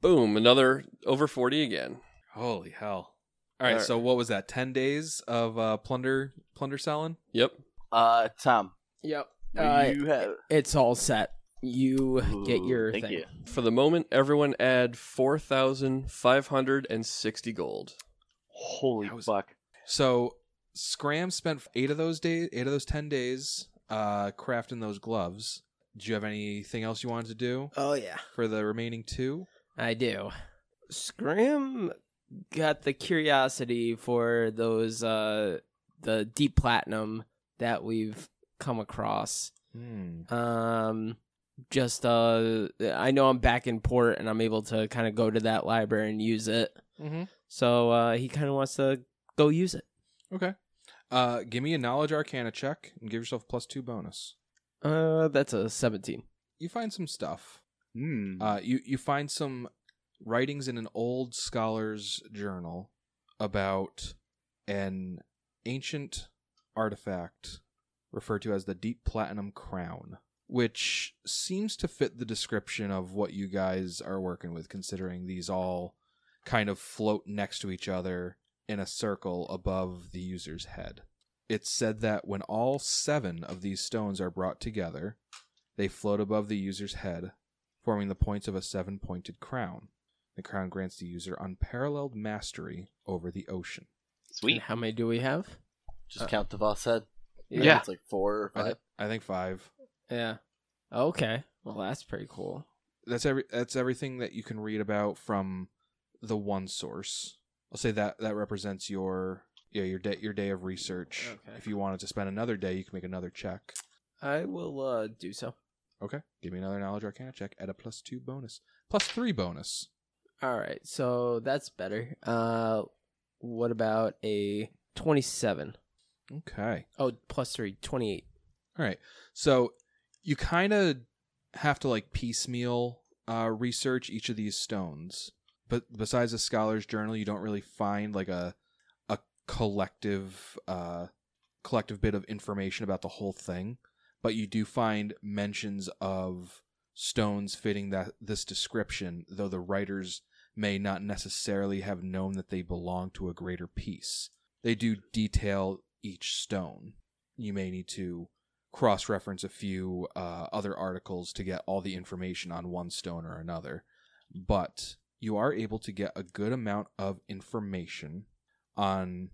[SPEAKER 6] Boom, another over 40 again.
[SPEAKER 4] Holy hell. All right,
[SPEAKER 6] All right.
[SPEAKER 4] so what was that? 10 days of uh, plunder plunder selling?
[SPEAKER 6] Yep.
[SPEAKER 1] Uh, Tom,
[SPEAKER 3] Yep.
[SPEAKER 1] you
[SPEAKER 3] Uh,
[SPEAKER 1] have
[SPEAKER 3] it's all set. You get
[SPEAKER 1] Ooh,
[SPEAKER 3] your
[SPEAKER 1] thank
[SPEAKER 3] thing.
[SPEAKER 1] you.
[SPEAKER 6] For the moment, everyone add 4,560 gold.
[SPEAKER 2] Holy
[SPEAKER 4] That was-
[SPEAKER 2] fuck.
[SPEAKER 4] So Scram spent 8 of those days, 8 of those 10 days uh crafting those gloves. Did you have anything else you wanted to do
[SPEAKER 3] Oh yeah.
[SPEAKER 4] for the remaining 2?
[SPEAKER 3] I do. Scram got the curiosity for those uh the deep platinum that we've come across. Um just uh I know I'm back in port and I'm able to kind of go to that library and use it.
[SPEAKER 4] Mm-hmm.
[SPEAKER 3] So uh he kind of wants to go use it.
[SPEAKER 4] Okay. Uh, give me a knowledge arcana check and give yourself plus two bonus.
[SPEAKER 3] Uh that's a 17.
[SPEAKER 4] You find some stuff.
[SPEAKER 2] Hmm.
[SPEAKER 4] Uh, you you find some writings in an old scholar's journal about an ancient artifact referred to as the Deep Platinum Crown, which seems to fit the description of what you guys are working with, considering these all kind of float next to each other in a circle above the user's head. It's said that when all seven of these stones are brought together, they float above the user's head, forming the points of a seven pointed crown. The crown grants the user unparalleled mastery over the ocean.
[SPEAKER 3] And
[SPEAKER 2] Sweet.
[SPEAKER 3] how many do we have?
[SPEAKER 1] Just
[SPEAKER 4] Uh,
[SPEAKER 1] count the boss head.
[SPEAKER 3] Yeah.
[SPEAKER 2] Yeah.
[SPEAKER 1] It's like four or
[SPEAKER 4] I,
[SPEAKER 1] five.
[SPEAKER 4] thi- I think five.
[SPEAKER 3] Yeah. Okay. Well, that's pretty cool.
[SPEAKER 4] That's every that's everything that you can read about from the one source. I'll say that that represents your yeah, your day your day of research.
[SPEAKER 3] Okay.
[SPEAKER 4] If you wanted to spend another day, you can make another check.
[SPEAKER 3] I will uh do so.
[SPEAKER 4] Okay. Give me another knowledge arcana check at a plus two bonus. Plus three bonus.
[SPEAKER 3] All right. So that's better. Uh what about a 27?
[SPEAKER 4] Okay.
[SPEAKER 3] Oh, plus 3, 28.
[SPEAKER 4] All right. So you kind of have to like piecemeal uh, research each of these stones. But besides the scholar's journal, you don't really find like a a collective uh, collective bit of information about the whole thing. But you do find mentions of stones fitting that this description, though the writers may not necessarily have known that they belong to a greater piece. They do detail each stone. You may need to cross reference a few uh, other articles to get all the information on one stone or another. But you are able to get a good amount of information on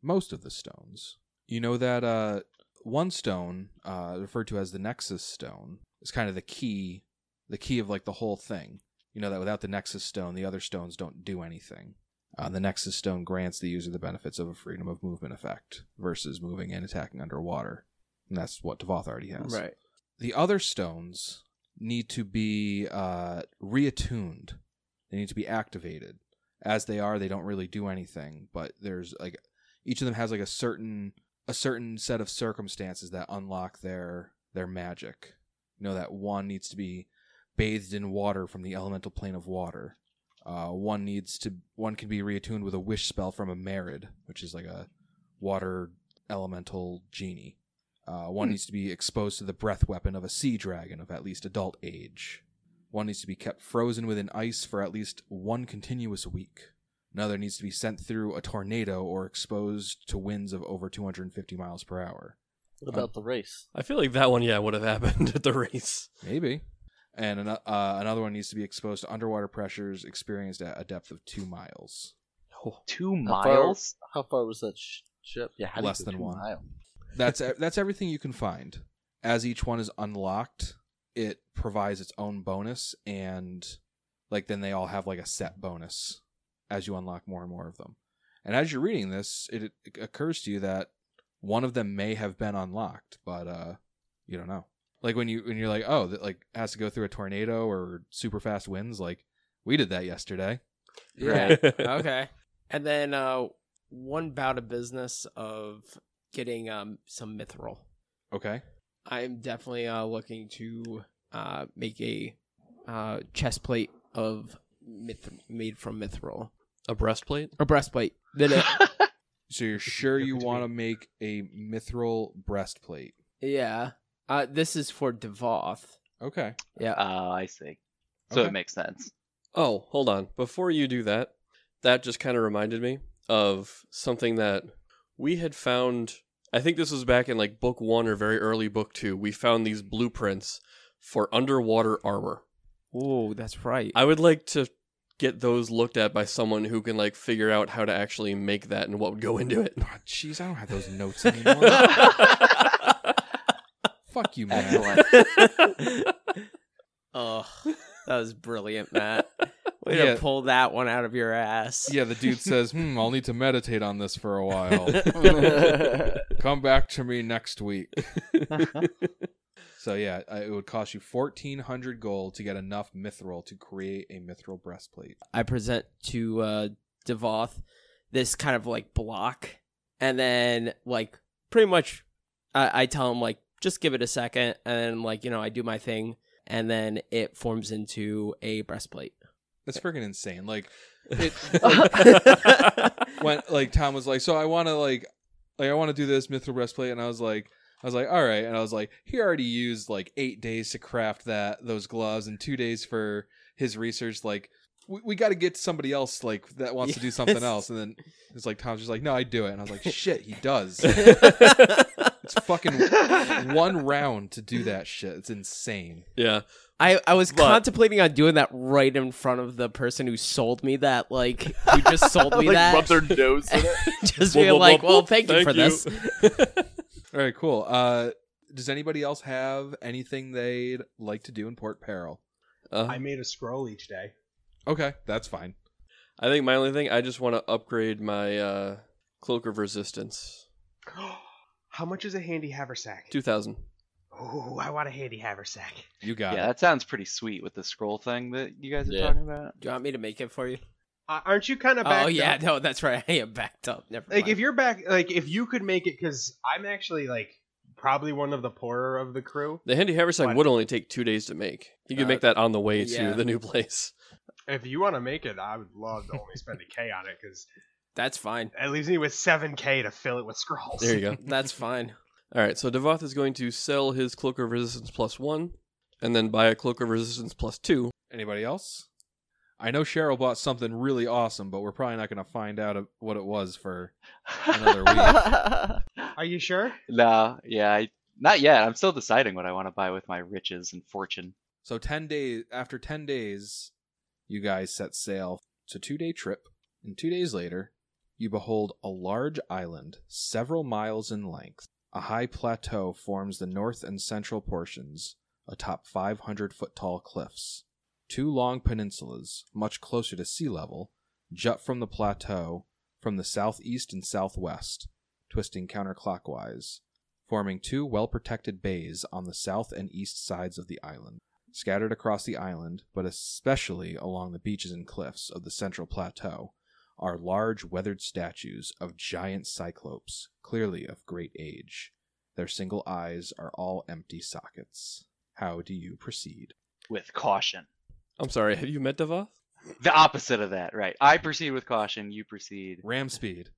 [SPEAKER 4] most of the stones. You know that uh, one stone, uh, referred to as the Nexus Stone, is kind of the key, the key of like the whole thing. You know that without the Nexus Stone, the other stones don't do anything. Uh, the Nexus Stone grants the user the benefits of a freedom of movement effect versus moving and attacking underwater. And that's what Devoth already has. The other stones need to be uh, reattuned. They need to be activated. As they are, they don't really do anything. But there's like each of them has like a certain a certain set of circumstances that unlock their their magic. You know that one needs to be bathed in water from the elemental plane of water. Uh, one needs to one can be reattuned with a wish spell from a Merid, which is like a water elemental genie. Uh, one needs to be exposed to the breath weapon of a sea dragon of at least adult age. One needs to be kept frozen within ice for at least one continuous week. Another needs to be sent through a tornado or exposed to winds of over 250 miles per hour. um,
[SPEAKER 1] What about the race?
[SPEAKER 6] I feel like that one, yeah, would have happened at the race.
[SPEAKER 4] Maybe. And ano- uh, another one needs to be exposed to underwater pressures experienced at a depth of two miles.
[SPEAKER 2] Two
[SPEAKER 1] How far-
[SPEAKER 2] miles.
[SPEAKER 1] How far was that sh- ship? Yeah, how do you
[SPEAKER 4] Less
[SPEAKER 1] go
[SPEAKER 4] than
[SPEAKER 1] two
[SPEAKER 4] one.
[SPEAKER 1] mile?
[SPEAKER 4] That's e-, that's everything you can find. As each one is unlocked, it provides its own bonus, and like then they all have like a set bonus as you unlock more and more of them. And as you're reading this, it, it occurs to you that one of them may have been unlocked, but uh, you don't know. Like when you when you're like, oh, that like has to go through a tornado or super fast winds. Like we did that yesterday.
[SPEAKER 3] Yeah. okay. And then uh one bout of business of getting um some mithril.
[SPEAKER 4] Okay.
[SPEAKER 3] I'm definitely uh looking to uh make a uh chest plate of mith- made from mithril.
[SPEAKER 6] A breastplate.
[SPEAKER 3] Or breastplate. Then it,
[SPEAKER 4] So you're sure you
[SPEAKER 5] Between-
[SPEAKER 4] want to make a mithril breastplate?
[SPEAKER 3] yeah. Uh this is for Devoth.
[SPEAKER 4] Okay.
[SPEAKER 3] Yeah.
[SPEAKER 2] Oh, I see. So
[SPEAKER 4] Okay.
[SPEAKER 2] it makes sense.
[SPEAKER 6] Oh, hold on. Before you do that, that just kind of reminded me of something that we had found. I think this was back in like book one or very early book two. We found these blueprints for underwater armor.
[SPEAKER 3] Oh, that's right.
[SPEAKER 6] I would like to get those looked at by someone who can like figure out how to actually make that and what would go into it.
[SPEAKER 4] Oh, jeez, I don't have those notes anymore. Fuck you, man.
[SPEAKER 1] Excellent.
[SPEAKER 3] oh, that was brilliant, Matt. Way
[SPEAKER 4] Yeah.
[SPEAKER 3] to pull that one out of your ass.
[SPEAKER 4] Yeah, the dude says, "Hmm, I'll need to meditate on this for a while.
[SPEAKER 1] That's
[SPEAKER 4] Come back to me next week." So yeah, uh, it would cost you 1400 gold to get enough mithril to create a mithril breastplate.
[SPEAKER 3] I present to uh, Devoth this kind of like block, and then like pretty much, I, I tell him like just give it a second, and then like you know I do my thing, and then it forms into a breastplate.
[SPEAKER 4] That's freaking insane. Like it
[SPEAKER 3] Like-
[SPEAKER 4] when like Tom was like, "So I want to like like I want to do this mithril breastplate," and I was like. I was like, all right, and I was like, he already used like eight days to craft that those gloves and two days for his research. Like, we, we got to get somebody else like that wants to do something
[SPEAKER 3] Yes.
[SPEAKER 4] else. And then it's like Tom's just like, no, I do it, and I was like, shit, he does. It's fucking one round to do that shit. It's insane.
[SPEAKER 6] yeah.
[SPEAKER 3] I, I was
[SPEAKER 6] But-
[SPEAKER 3] contemplating on doing that right in front of the person who sold me that, like who just sold me
[SPEAKER 1] like
[SPEAKER 3] that.
[SPEAKER 1] rub their nose in it.
[SPEAKER 3] just
[SPEAKER 6] Blah,
[SPEAKER 3] be
[SPEAKER 6] blah,
[SPEAKER 3] like,
[SPEAKER 6] blah,
[SPEAKER 3] well,
[SPEAKER 6] blah.
[SPEAKER 3] thank, you for this.
[SPEAKER 4] All right, cool. Uh, does anybody else have anything they'd like to do in Port Peril?
[SPEAKER 6] Uh,
[SPEAKER 5] I made a scroll each day.
[SPEAKER 4] Okay, that's fine.
[SPEAKER 6] I think my only thing, I just want to upgrade my uh, cloak of resistance.
[SPEAKER 5] How much is a handy haversack?
[SPEAKER 6] Two thousand.
[SPEAKER 5] Oh, I want a handy haversack.
[SPEAKER 4] You got
[SPEAKER 2] yeah,
[SPEAKER 4] it.
[SPEAKER 2] that sounds pretty sweet with the scroll thing that you guys are
[SPEAKER 1] Yeah.
[SPEAKER 2] talking about.
[SPEAKER 3] Do you want me to make it for you?
[SPEAKER 5] Uh, aren't you kind of back?
[SPEAKER 3] Oh yeah, no, that's right. I am backed up. Never
[SPEAKER 5] Like
[SPEAKER 3] mind.
[SPEAKER 5] if you're back, like if you could make it, because I'm actually like probably one of the poorer of the crew.
[SPEAKER 6] The handy haversack
[SPEAKER 5] What?
[SPEAKER 6] would only take two days to make. You could
[SPEAKER 3] Uh,
[SPEAKER 6] make that on the way
[SPEAKER 3] yeah.
[SPEAKER 6] to the new place.
[SPEAKER 5] If you want to make it, I would love to only spend a K on it because
[SPEAKER 3] that's fine.
[SPEAKER 5] it leaves me with seven K to fill it with scrolls.
[SPEAKER 6] There you go.
[SPEAKER 3] That's fine.
[SPEAKER 6] All right, so Devoth is going to sell his cloak of resistance plus one, and then buy a cloak of resistance plus two.
[SPEAKER 4] Anybody else? I know Cheryl bought something really awesome, but we're probably not going to find out of- what it was for. Another
[SPEAKER 5] Are you sure?
[SPEAKER 2] no, yeah, I, not yet. I'm still deciding what I want to buy with my riches and fortune.
[SPEAKER 4] So ten days after ten days, you guys set sail. It's a two-day trip, and two days later, you behold a large island, several miles in length. A high plateau forms the north and central portions, atop 500-foot-tall cliffs. Two long peninsulas, much closer to sea level, jut from the plateau from the southeast and southwest, twisting counterclockwise, forming two well-protected bays on the south and east sides of the island scattered across the island, but especially along the beaches and cliffs of the central plateau, are large weathered statues of giant cyclopes, clearly of great age. Their single eyes are all empty sockets. How do you proceed?
[SPEAKER 2] with caution.
[SPEAKER 6] I'm sorry, have you met Devoth?
[SPEAKER 2] The opposite of that, right? I proceed with caution. You proceed.
[SPEAKER 4] Ram speed.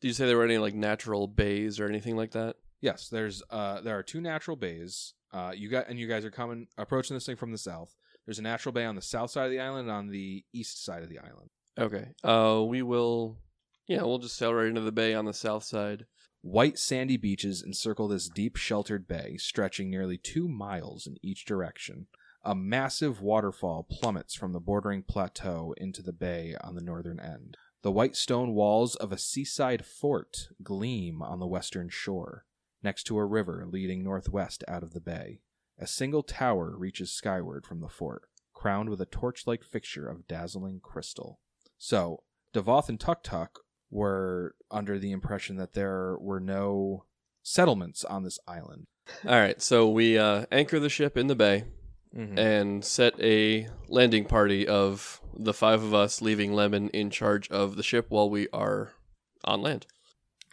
[SPEAKER 6] Did you say there were any like natural bays or anything like that?
[SPEAKER 4] Yes, there's uh there are two natural bays. Uh you got and you guys are coming approaching this thing from the south. There's a natural bay on the south side of the island and on the east side of the island.
[SPEAKER 6] Okay. Uh, we will. Yeah, we'll just sail right into the bay on the south side.
[SPEAKER 4] White sandy beaches encircle this deep sheltered bay, stretching nearly two miles in each direction. A massive waterfall plummets from the bordering plateau into the bay on the northern end. The white stone walls of a seaside fort gleam on the western shore, next to a river leading northwest out of the bay. A single tower reaches skyward from the fort, crowned with a torch like fixture of dazzling crystal. So, Devoth and Tuk Tuk were under the impression that there were no settlements on this island.
[SPEAKER 6] All right, so we uh, anchor the ship in the bay
[SPEAKER 4] Hmm.
[SPEAKER 6] and set a landing party of the five of us, leaving Lemon in charge of the ship while we are on land.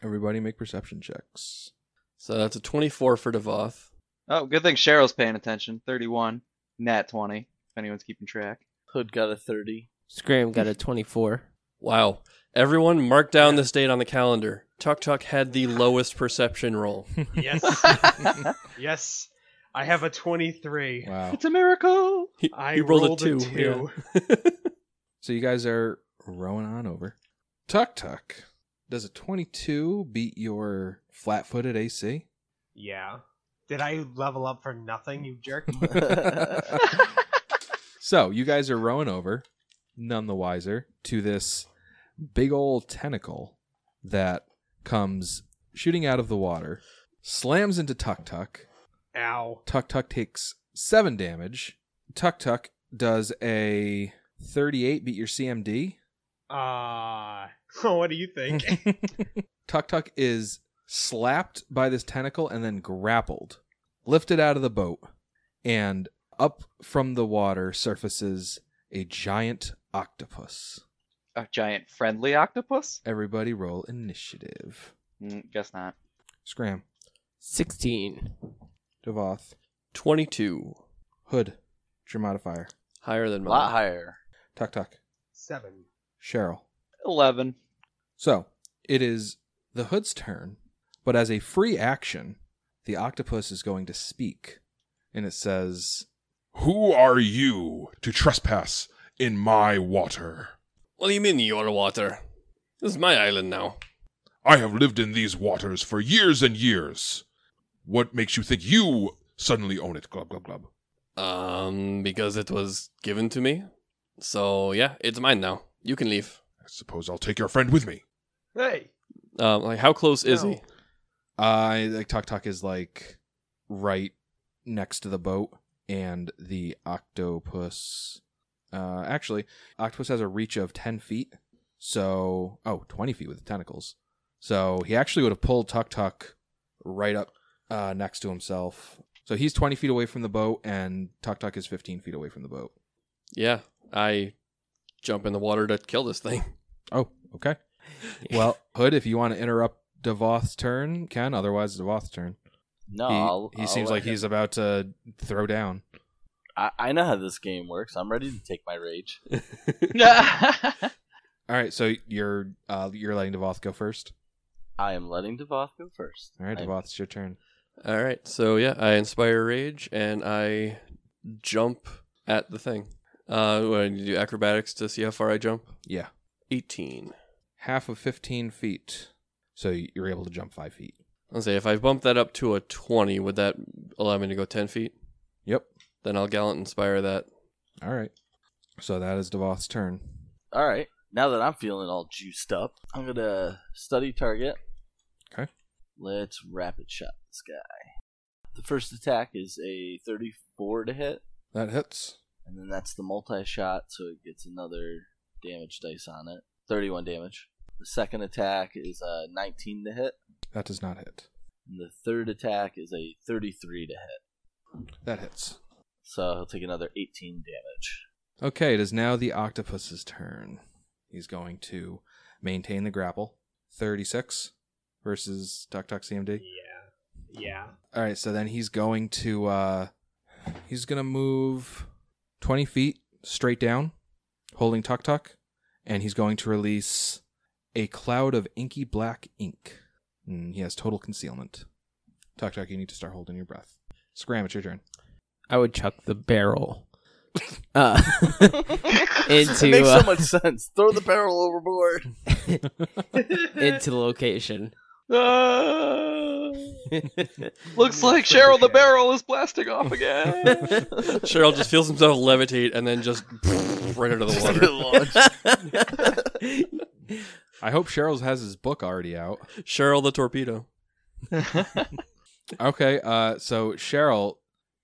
[SPEAKER 4] Everybody make perception checks.
[SPEAKER 6] So that's a 24 for Devoth.
[SPEAKER 2] Oh, good thing Cheryl's paying attention. Thirty-one, nat twenty. If anyone's keeping track.
[SPEAKER 1] Hood got a thirty.
[SPEAKER 3] Scram got a twenty-four.
[SPEAKER 6] Wow. Everyone, mark down this date on the calendar. Tuk Tuk had the lowest perception roll.
[SPEAKER 5] Yes. yes. I have a 23.
[SPEAKER 4] Wow.
[SPEAKER 2] it's a miracle.
[SPEAKER 6] He,
[SPEAKER 5] I
[SPEAKER 6] he rolled,
[SPEAKER 5] rolled
[SPEAKER 6] a two.
[SPEAKER 5] two.
[SPEAKER 6] yeah.
[SPEAKER 4] So you guys are rowing on over. Tuck Tuck, does a 22 beat your flat footed AC?
[SPEAKER 5] Yeah. Did I level up for nothing, you jerk?
[SPEAKER 4] So you guys are rowing over, none the wiser, to this big old tentacle that comes shooting out of the water, slams into Tuk Tuck,
[SPEAKER 5] Ow.
[SPEAKER 4] Tuk Tuk takes seven damage. Tuk Tuk Does a 38 beat your CMD?
[SPEAKER 5] Uh, what do you think?
[SPEAKER 4] Tuck Tuck is slapped by this tentacle and then grappled, lifted out of the boat, and up from the water surfaces a giant octopus.
[SPEAKER 2] A giant friendly octopus?
[SPEAKER 4] Everybody roll initiative.
[SPEAKER 2] Mm, guess not.
[SPEAKER 4] Scram,
[SPEAKER 3] 16.
[SPEAKER 4] Devoth,
[SPEAKER 6] 22.
[SPEAKER 4] Hood, your modifier,
[SPEAKER 6] Higher than
[SPEAKER 1] A
[SPEAKER 6] mine.
[SPEAKER 1] lot higher.
[SPEAKER 4] Tuck Tuck,
[SPEAKER 5] Seven.
[SPEAKER 4] Cheryl.
[SPEAKER 2] Eleven.
[SPEAKER 4] So it is the Hood's turn, but as a free action, the octopus is going to speak, and it says,
[SPEAKER 7] Who are you to trespass in my water?
[SPEAKER 6] What do you mean, your water? This is my island now.
[SPEAKER 7] I have lived in these waters for years and years. What makes you think you suddenly own it? Glub, glub, glub.
[SPEAKER 6] Um, because it was given to me. So, yeah, it's mine now. You can leave.
[SPEAKER 7] I suppose I'll take your friend with me.
[SPEAKER 5] Hey,
[SPEAKER 6] Um, like, how close is
[SPEAKER 5] No.
[SPEAKER 6] he?
[SPEAKER 4] "I like Tok Tok is like right next to the boat, and the octopus. Uh, actually, octopus has a reach of ten feet, so oh, 20 feet with the tentacles. So he actually would have pulled Tuk Tuk right up uh, next to himself. So he's twenty feet away from the boat, and Tuk Tuk is fifteen feet away from the boat.
[SPEAKER 6] Yeah, I jump in the water to kill this thing.
[SPEAKER 4] Oh, okay. Well, Hood, if you want to interrupt Devoth's turn, can. Otherwise, it's Devoth's turn.
[SPEAKER 1] No,
[SPEAKER 4] he
[SPEAKER 1] I'll,
[SPEAKER 4] he
[SPEAKER 1] I'll
[SPEAKER 4] seems
[SPEAKER 1] let
[SPEAKER 4] like
[SPEAKER 1] him-
[SPEAKER 4] he's about to throw down.
[SPEAKER 1] I, I know how this game works. I'm ready to take my rage.
[SPEAKER 4] All right, so you're uh, you're letting Devoth go first.
[SPEAKER 1] I am letting Devoth go first.
[SPEAKER 4] All right,
[SPEAKER 1] I-
[SPEAKER 4] Devoth, it's your turn.
[SPEAKER 6] All right, so yeah, I inspire rage and I jump at the thing. Uh, what, I need to do acrobatics to see how far I jump.
[SPEAKER 4] Yeah,
[SPEAKER 6] Eighteen.
[SPEAKER 4] half of fifteen feet, so you're able to jump five feet.
[SPEAKER 6] I'll say if I bump that up to a twenty, would that allow me to go ten feet?
[SPEAKER 4] Yep.
[SPEAKER 6] Then I'll gallant inspire that.
[SPEAKER 4] All right, so that is Devoth's turn.
[SPEAKER 1] All right. Now that I'm feeling all juiced up, I'm gonna study target.
[SPEAKER 4] Okay.
[SPEAKER 1] Let's rapid shot this guy. The first attack is a 34 to hit,
[SPEAKER 4] That hits.
[SPEAKER 1] and then that's the multi-shot, so it gets another damage dice on it. 31 damage. The second attack is a 19 to hit,
[SPEAKER 4] That does not hit.
[SPEAKER 1] and the third attack is a 33 to hit.
[SPEAKER 4] That hits.
[SPEAKER 1] So he'll take another 18 damage.
[SPEAKER 4] Okay, it is now the octopus's turn. He's going to maintain the grapple. Thirty-six versus Tuk Tuk CMD.
[SPEAKER 5] Yeah. Yeah.
[SPEAKER 4] All right, so then he's going to uh he's going to move 20 feet straight down holding Tuk Tuk and he's going to release a cloud of inky black ink. And he has total concealment. Tuk Tuk, you need to start holding your breath. Scram, it's your turn.
[SPEAKER 3] I would chuck the barrel. Uh, into
[SPEAKER 1] it makes
[SPEAKER 3] uh,
[SPEAKER 1] so much sense. Throw the barrel overboard.
[SPEAKER 3] into the location.
[SPEAKER 2] Ah! Looks like Cheryl the barrel is blasting off again.
[SPEAKER 6] Cheryl just feels himself levitate and then just right into the water.
[SPEAKER 4] I hope Cheryl's has his book already out.
[SPEAKER 6] Cheryl the torpedo.
[SPEAKER 4] Okay, uh so Cheryl,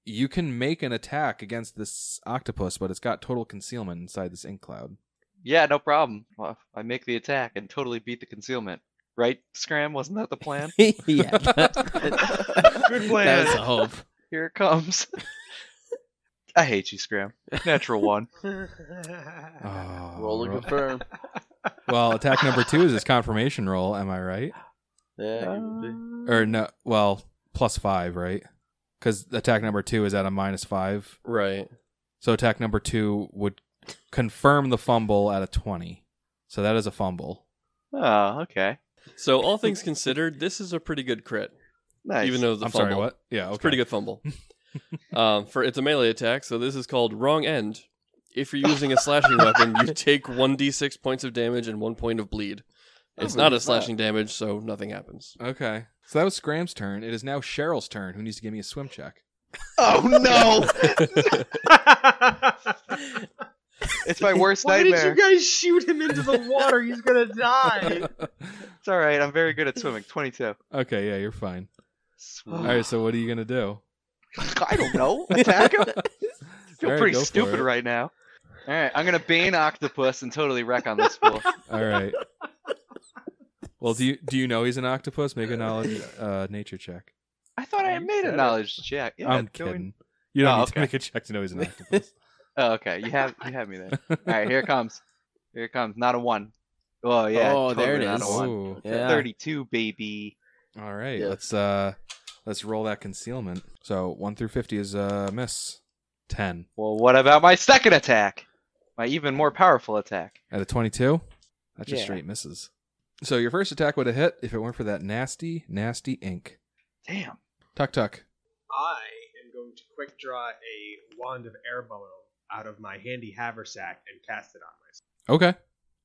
[SPEAKER 4] you can make an attack against this octopus, but it's got total concealment inside this ink cloud.
[SPEAKER 2] yeah, no problem. Well, I make the attack and totally beat the concealment. Right, Scram? Wasn't that the plan?
[SPEAKER 3] yeah. that-
[SPEAKER 5] Good
[SPEAKER 3] That
[SPEAKER 5] plan.
[SPEAKER 3] was a hope.
[SPEAKER 2] Here it comes. I hate you, Scram. Natural one.
[SPEAKER 4] Oh,
[SPEAKER 1] Roll and
[SPEAKER 4] ro-
[SPEAKER 1] confirm.
[SPEAKER 4] Well, attack number two is his confirmation roll. Am I right?
[SPEAKER 1] Yeah, you would be.
[SPEAKER 5] Uh,
[SPEAKER 4] Or no? Well, plus five, right? Because attack number two is at a minus five.
[SPEAKER 6] Right.
[SPEAKER 4] So attack number two would confirm the fumble at a twenty. So that is a fumble.
[SPEAKER 2] Oh, okay.
[SPEAKER 6] So all things considered, this is a pretty good crit.
[SPEAKER 2] Nice.
[SPEAKER 6] Even though the
[SPEAKER 4] I'm
[SPEAKER 6] fumble.
[SPEAKER 4] sorry. What? Yeah. Okay.
[SPEAKER 6] It's pretty good fumble. um, for it's a melee attack, so this is called wrong end. If you're using a slashing weapon, you take one d six points of damage and one point of bleed. It's
[SPEAKER 1] Oh,
[SPEAKER 6] not a
[SPEAKER 1] crap.
[SPEAKER 6] slashing damage, so nothing happens.
[SPEAKER 4] Okay. So that was Scram's turn. It is now Cheryl's turn. Who needs to give me a swim check?
[SPEAKER 2] oh no! it's my worst
[SPEAKER 5] Why did
[SPEAKER 2] nightmare.
[SPEAKER 5] you guys shoot him into the water? He's gonna die.
[SPEAKER 2] It's all right. I'm very good at swimming. Twenty-two.
[SPEAKER 4] okay. Yeah, you're fine.
[SPEAKER 2] Sweet.
[SPEAKER 4] All right. So what are you gonna do?
[SPEAKER 2] I don't know. Attack him. feel
[SPEAKER 4] All right,
[SPEAKER 2] pretty
[SPEAKER 4] go for
[SPEAKER 2] stupid
[SPEAKER 4] it.
[SPEAKER 2] right now. All right, I'm gonna bane octopus and totally wreck on this fool.
[SPEAKER 4] All right. Well, do you do you know he's an octopus? Make a knowledge uh, nature check.
[SPEAKER 2] I thought I had made a knowledge check. Yeah,
[SPEAKER 4] I'm
[SPEAKER 2] don't we-
[SPEAKER 4] kidding. You don't
[SPEAKER 2] Oh,
[SPEAKER 4] need to
[SPEAKER 2] okay.
[SPEAKER 4] make a check to know he's an octopus.
[SPEAKER 2] Oh, okay, you have you have me there. All right, here it comes. Here it comes. Not a one. Oh yeah.
[SPEAKER 3] Oh, there
[SPEAKER 2] totally
[SPEAKER 3] it
[SPEAKER 2] not a
[SPEAKER 3] is.
[SPEAKER 2] one.
[SPEAKER 4] Ooh.
[SPEAKER 3] Yeah.
[SPEAKER 2] Thirty-two, baby.
[SPEAKER 4] All right.
[SPEAKER 1] Yeah.
[SPEAKER 4] Let's uh let's roll that concealment. So one through fifty is uh miss. Ten
[SPEAKER 2] Well, what about my second attack? My even more powerful attack.
[SPEAKER 4] at a twenty-two. That's just
[SPEAKER 2] Yeah.
[SPEAKER 4] straight misses. So your first attack would have hit if it weren't for that nasty, nasty ink.
[SPEAKER 2] Damn.
[SPEAKER 4] Tuck tuck.
[SPEAKER 5] I am going to quick draw a wand of air balloon out of my handy haversack and cast it on myself.
[SPEAKER 4] Okay.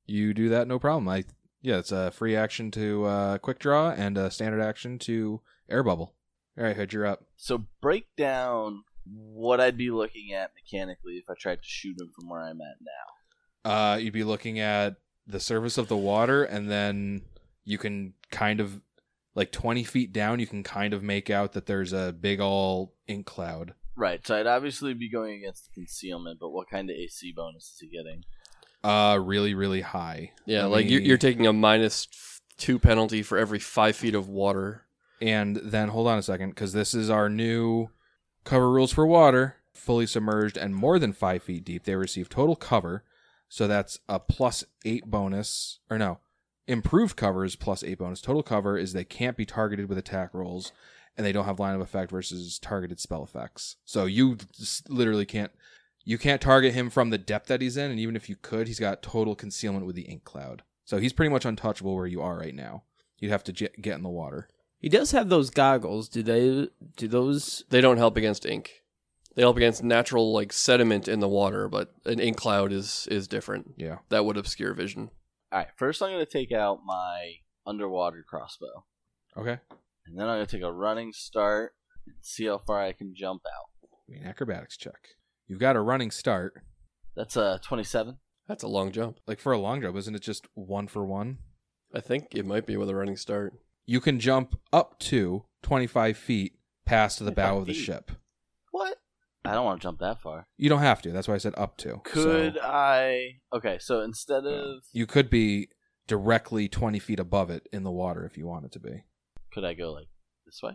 [SPEAKER 4] You do that, no problem. I yeah, it's a free action to uh, quick draw and a standard action to air bubble. All right, Hood, you're up.
[SPEAKER 1] So break down what I'd be looking at mechanically if I tried to shoot him from where I'm at now.
[SPEAKER 4] Uh, you'd be looking at the surface of the water, and then you can kind of like 20 feet down, you can kind of make out that there's a big ol' ink cloud.
[SPEAKER 1] Right, so I'd obviously be going against the concealment, but what kind of AC bonus is he getting?
[SPEAKER 4] Uh, really, really high.
[SPEAKER 6] Yeah,
[SPEAKER 4] Let
[SPEAKER 6] like you're,
[SPEAKER 4] me-
[SPEAKER 6] you're taking a minus f- two penalty for every five feet of water.
[SPEAKER 4] And then hold on a second, because this is our new cover rules for water. Fully submerged and more than five feet deep, they receive total cover. So that's a plus eight bonus, or no, improved cover is plus eight bonus. Total cover is they can't be targeted with attack rolls, and they don't have line of effect versus targeted spell effects. So you s- literally can't you can't target him from the depth that he's in, and even if you could, he's got total concealment with the ink cloud. So he's pretty much untouchable where you are right now. You'd have to j- get in the water.
[SPEAKER 3] He does have those goggles. Do they? Do those?
[SPEAKER 6] They don't help against ink. They help against natural like sediment in the water, but an ink cloud is is different.
[SPEAKER 4] Yeah.
[SPEAKER 6] That would obscure vision.
[SPEAKER 1] Alright, first I'm going to take out my underwater crossbow,
[SPEAKER 4] Okay.
[SPEAKER 1] and then I'm going to take a running start and see how far I can jump out.
[SPEAKER 4] Give me An acrobatics check. You've got a running start.
[SPEAKER 1] That's a 27.
[SPEAKER 6] That's a long jump.
[SPEAKER 4] Like for a long jump, isn't it just one for one?
[SPEAKER 6] I think it might be with a running start.
[SPEAKER 4] You can jump up to 25 feet past the bow
[SPEAKER 1] 25
[SPEAKER 4] of the
[SPEAKER 1] feet.
[SPEAKER 4] ship.
[SPEAKER 1] What? I don't want to jump that far.
[SPEAKER 4] You don't have to. That's why I said up to.
[SPEAKER 1] Could
[SPEAKER 4] So,
[SPEAKER 1] I? Okay, so instead of
[SPEAKER 4] you could be directly 20 feet above it in the water if you wanted to be.
[SPEAKER 1] could I go like this way?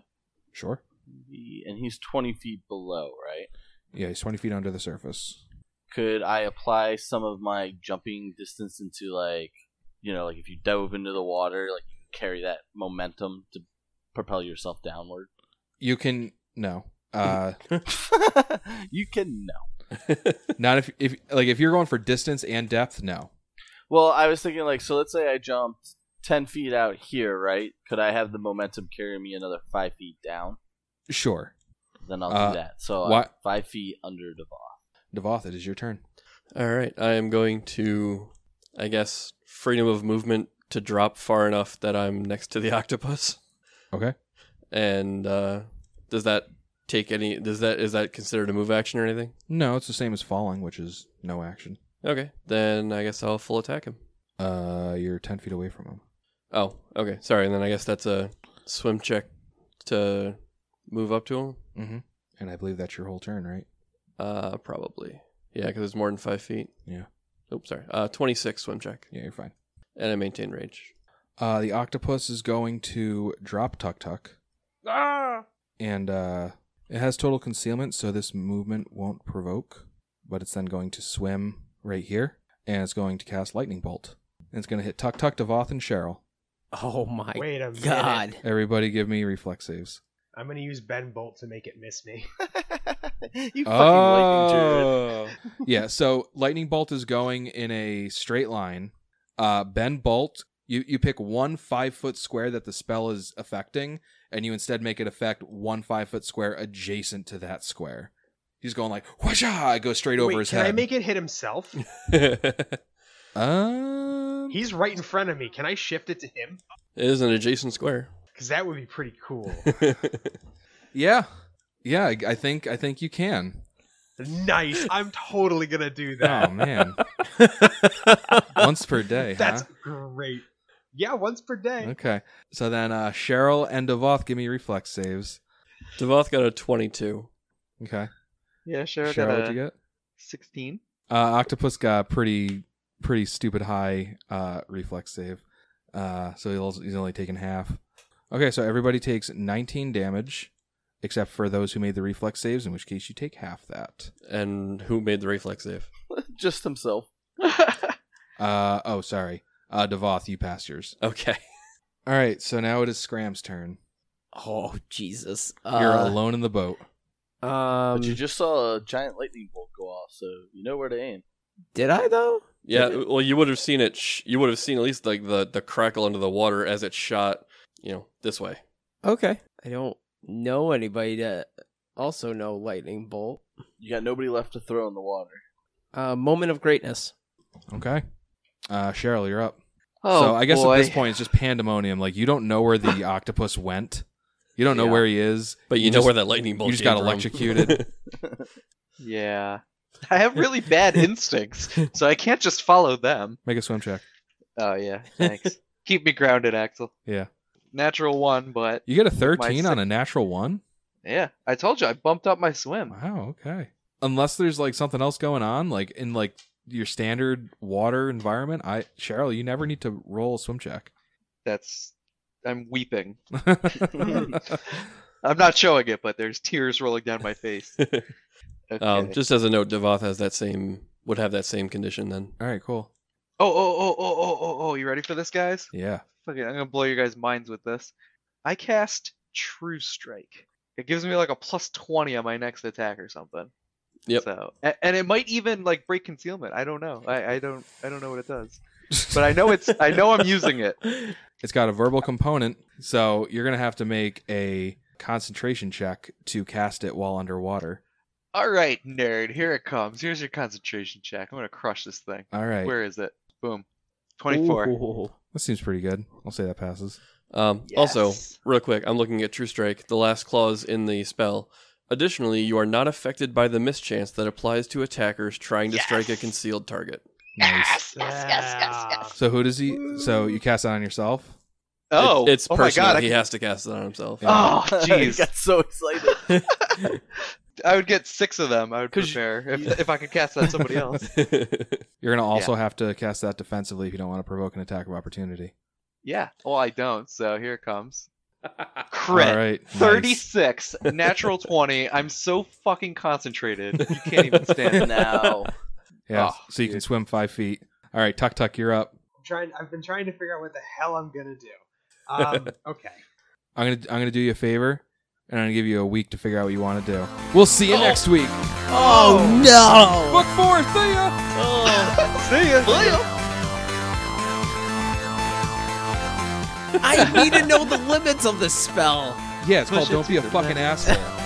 [SPEAKER 4] Sure.
[SPEAKER 1] He- And he's 20 feet below, right?
[SPEAKER 4] Yeah, he's 20 feet under the surface.
[SPEAKER 1] Could I apply some of my jumping distance into like, you know, like if you dove into the water, like you can carry that momentum to propel yourself downward?
[SPEAKER 4] You can no. Uh
[SPEAKER 1] you can no.
[SPEAKER 4] not if if like if you're going for distance and depth, no.
[SPEAKER 1] Well, I was thinking like, so let's say I jumped 10 feet out here, right? Could I have the momentum carry me another five feet down?
[SPEAKER 4] Sure.
[SPEAKER 1] Then I'll do
[SPEAKER 4] Uh,
[SPEAKER 1] that. So I'm
[SPEAKER 4] what-
[SPEAKER 1] five feet under the bar.
[SPEAKER 4] Devoth, it is your turn.
[SPEAKER 6] All right, I am going to, I guess, freedom of movement to drop far enough that I'm next to the octopus.
[SPEAKER 4] Okay.
[SPEAKER 6] And uh, does that take any? Does that is that considered a move action or anything?
[SPEAKER 4] No, it's the same as falling, which is no action.
[SPEAKER 6] Okay, then I guess I'll full attack him.
[SPEAKER 4] Uh, you're ten feet away from him.
[SPEAKER 6] Oh, okay, sorry. And then I guess that's a swim check to move up to him.
[SPEAKER 4] Mm-hmm. And I believe that's your whole turn, right?
[SPEAKER 6] Uh, probably. Yeah, because it's more than five feet.
[SPEAKER 4] Yeah.
[SPEAKER 6] Oops, sorry. Uh, twenty six swim check,
[SPEAKER 4] Yeah, you're fine.
[SPEAKER 6] and I maintain range.
[SPEAKER 4] Uh, the octopus is going to drop Tuck Tuck,
[SPEAKER 5] Ah!
[SPEAKER 4] and uh, it has total concealment, so this movement won't provoke. But it's then going to swim right here, and it's going to cast Lightning Bolt. And it's going to hit Tuck Tuck, Devoth, and Cheryl.
[SPEAKER 3] Oh my
[SPEAKER 5] Wait a minute.
[SPEAKER 3] god!
[SPEAKER 4] Everybody, give me reflex saves.
[SPEAKER 5] I'm gonna use Ben Bolt to make it miss me.
[SPEAKER 1] you fucking oh.
[SPEAKER 4] yeah, so Lightning Bolt is going in a straight line. Uh, ben Bolt, you, you pick one five foot square that the spell is affecting, and you instead make it affect one five foot square adjacent to that square. He's going like, whasha! It goes straight over
[SPEAKER 5] Wait,
[SPEAKER 4] his
[SPEAKER 5] can
[SPEAKER 4] head.
[SPEAKER 5] I make it hit himself?
[SPEAKER 6] it
[SPEAKER 4] um,
[SPEAKER 5] He's right in front of me. Can I shift it to him?
[SPEAKER 6] is an adjacent square.
[SPEAKER 5] Because that would be pretty cool.
[SPEAKER 4] yeah, yeah. I, I think I think you can.
[SPEAKER 5] nice. I'm totally gonna do
[SPEAKER 4] Oh
[SPEAKER 5] that.
[SPEAKER 4] man, once per day.
[SPEAKER 5] That's
[SPEAKER 4] Oh, huh?
[SPEAKER 5] great. Yeah, once per day.
[SPEAKER 4] okay. So then uh, Cheryl and Devoth, give me reflex saves.
[SPEAKER 6] Devoth got a 22.
[SPEAKER 4] Okay,
[SPEAKER 2] Yeah, sure.
[SPEAKER 4] Cheryl, what'd you get?
[SPEAKER 2] 16.
[SPEAKER 4] Uh, octopus got pretty pretty stupid high uh, reflex save, uh, so he'll, he's only taken half. Okay, so everybody takes 19 damage, except for those who made the reflex saves, in which case you take half that.
[SPEAKER 6] And who made the reflex save?
[SPEAKER 1] Just himself.
[SPEAKER 4] Uh, oh, sorry, uh, Devoth, you passed yours.
[SPEAKER 6] Okay.
[SPEAKER 4] All right, so now it is Scram's turn.
[SPEAKER 3] Oh Jesus!
[SPEAKER 4] You're
[SPEAKER 3] Uh,
[SPEAKER 4] alone in the boat.
[SPEAKER 3] Um,
[SPEAKER 1] but you just saw a giant lightning bolt go off, so you know where to aim.
[SPEAKER 3] did I though?
[SPEAKER 6] Yeah.
[SPEAKER 3] Did it-
[SPEAKER 6] Well, you would have seen it. Sh- you would have seen at least like the the crackle under the water as it shot. You know, this way.
[SPEAKER 3] Okay. I don't know anybody that also know lightning bolt.
[SPEAKER 1] You got nobody left to throw in the water.
[SPEAKER 3] Uh, moment of greatness.
[SPEAKER 4] Okay, uh, Cheryl, you're up.
[SPEAKER 2] Oh,
[SPEAKER 4] so I guess at this point it's just pandemonium. Like you don't know where the octopus went. You don't know
[SPEAKER 1] Yeah.
[SPEAKER 4] where he is.
[SPEAKER 6] But you,
[SPEAKER 4] You
[SPEAKER 6] know
[SPEAKER 4] just-
[SPEAKER 6] where that lightning bolt.
[SPEAKER 4] you just
[SPEAKER 6] came
[SPEAKER 4] got
[SPEAKER 6] from.
[SPEAKER 4] electrocuted.
[SPEAKER 2] Yeah. I have really bad instincts, so I can't just follow them.
[SPEAKER 4] Make a swim check.
[SPEAKER 2] Oh, yeah. Thanks. Keep me grounded, Axel.
[SPEAKER 4] Yeah.
[SPEAKER 2] Natural one, but
[SPEAKER 4] You get a
[SPEAKER 2] My
[SPEAKER 4] 13
[SPEAKER 2] six-
[SPEAKER 4] on a natural one.
[SPEAKER 2] yeah. I told you I bumped up my swim.
[SPEAKER 4] Wow. Okay. Unless there's like something else going on, like in like your standard water environment. I Cheryl, you never need to roll a swim check.
[SPEAKER 2] That's. I'm weeping. I'm not showing it, but there's tears rolling down my face. Okay.
[SPEAKER 6] um, just as a note, Devoth has that same would have that same condition. Then
[SPEAKER 4] All right. Cool.
[SPEAKER 2] Oh, oh, oh, oh, oh, oh, oh. You ready for this, guys?
[SPEAKER 4] Yeah.
[SPEAKER 2] Fucking, I'm gonna blow your guys' minds with this. I cast True Strike. It gives me like a plus twenty on my next attack or something.
[SPEAKER 6] Yep.
[SPEAKER 2] So, a- and it might even like break concealment. I don't know. I, I don't I don't know what it does. But I know it's I know I'm using it.
[SPEAKER 4] It's got a verbal component, so you're gonna have to make a concentration check to cast it while underwater.
[SPEAKER 2] All right, nerd. Here it comes. Here's your concentration check. I'm gonna crush this thing.
[SPEAKER 4] All right.
[SPEAKER 2] Where is it? Boom. Twenty-four.
[SPEAKER 3] Ooh.
[SPEAKER 4] That seems pretty good. I'll say that passes.
[SPEAKER 6] um, also real quick, I'm looking at True Strike, the last clause in the spell. Additionally, you are not affected by the mischance that applies to attackers trying to strike a
[SPEAKER 2] Yes.
[SPEAKER 6] concealed target.
[SPEAKER 4] Nice.
[SPEAKER 5] yes, yes, yes, yes.
[SPEAKER 4] So who does he? So you cast that on yourself.
[SPEAKER 2] Oh,
[SPEAKER 6] it's, it's
[SPEAKER 2] oh
[SPEAKER 6] personal.
[SPEAKER 2] my god. I
[SPEAKER 6] he
[SPEAKER 2] can-
[SPEAKER 6] has to cast it on himself.
[SPEAKER 2] Oh,
[SPEAKER 1] He
[SPEAKER 2] jeez.
[SPEAKER 1] got so excited.
[SPEAKER 2] I would get six of them. I would
[SPEAKER 1] 'Cause you-
[SPEAKER 2] prepare
[SPEAKER 1] you-
[SPEAKER 2] if, if I could cast that on somebody else.
[SPEAKER 4] You're gonna also have to cast that defensively if you don't want to provoke an attack of opportunity.
[SPEAKER 2] Yeah. Well, I don't. So here it comes. Crit.
[SPEAKER 4] All right. nice.
[SPEAKER 2] 36 natural 20 i'm so fucking concentrated you can't even stand it
[SPEAKER 1] now.
[SPEAKER 4] Yeah.
[SPEAKER 2] Oh,
[SPEAKER 4] so you can
[SPEAKER 2] dude.
[SPEAKER 4] swim five feet. All right, Tuck Tuck, you're up.
[SPEAKER 5] Ah. I'm trying. I've been trying to figure out what the hell I'm gonna do. Um, okay.
[SPEAKER 4] I'm gonna I'm gonna do you a favor, and I'm gonna give you a week to figure out what you want to do. We'll see you next week.
[SPEAKER 3] Oh no!
[SPEAKER 4] Book four, see ya.
[SPEAKER 2] see ya
[SPEAKER 3] I need to know the limits of this spell.
[SPEAKER 4] Yeah, it's
[SPEAKER 2] Push
[SPEAKER 4] called
[SPEAKER 2] it
[SPEAKER 4] Don't Be a
[SPEAKER 2] to the
[SPEAKER 4] Fucking Asshole.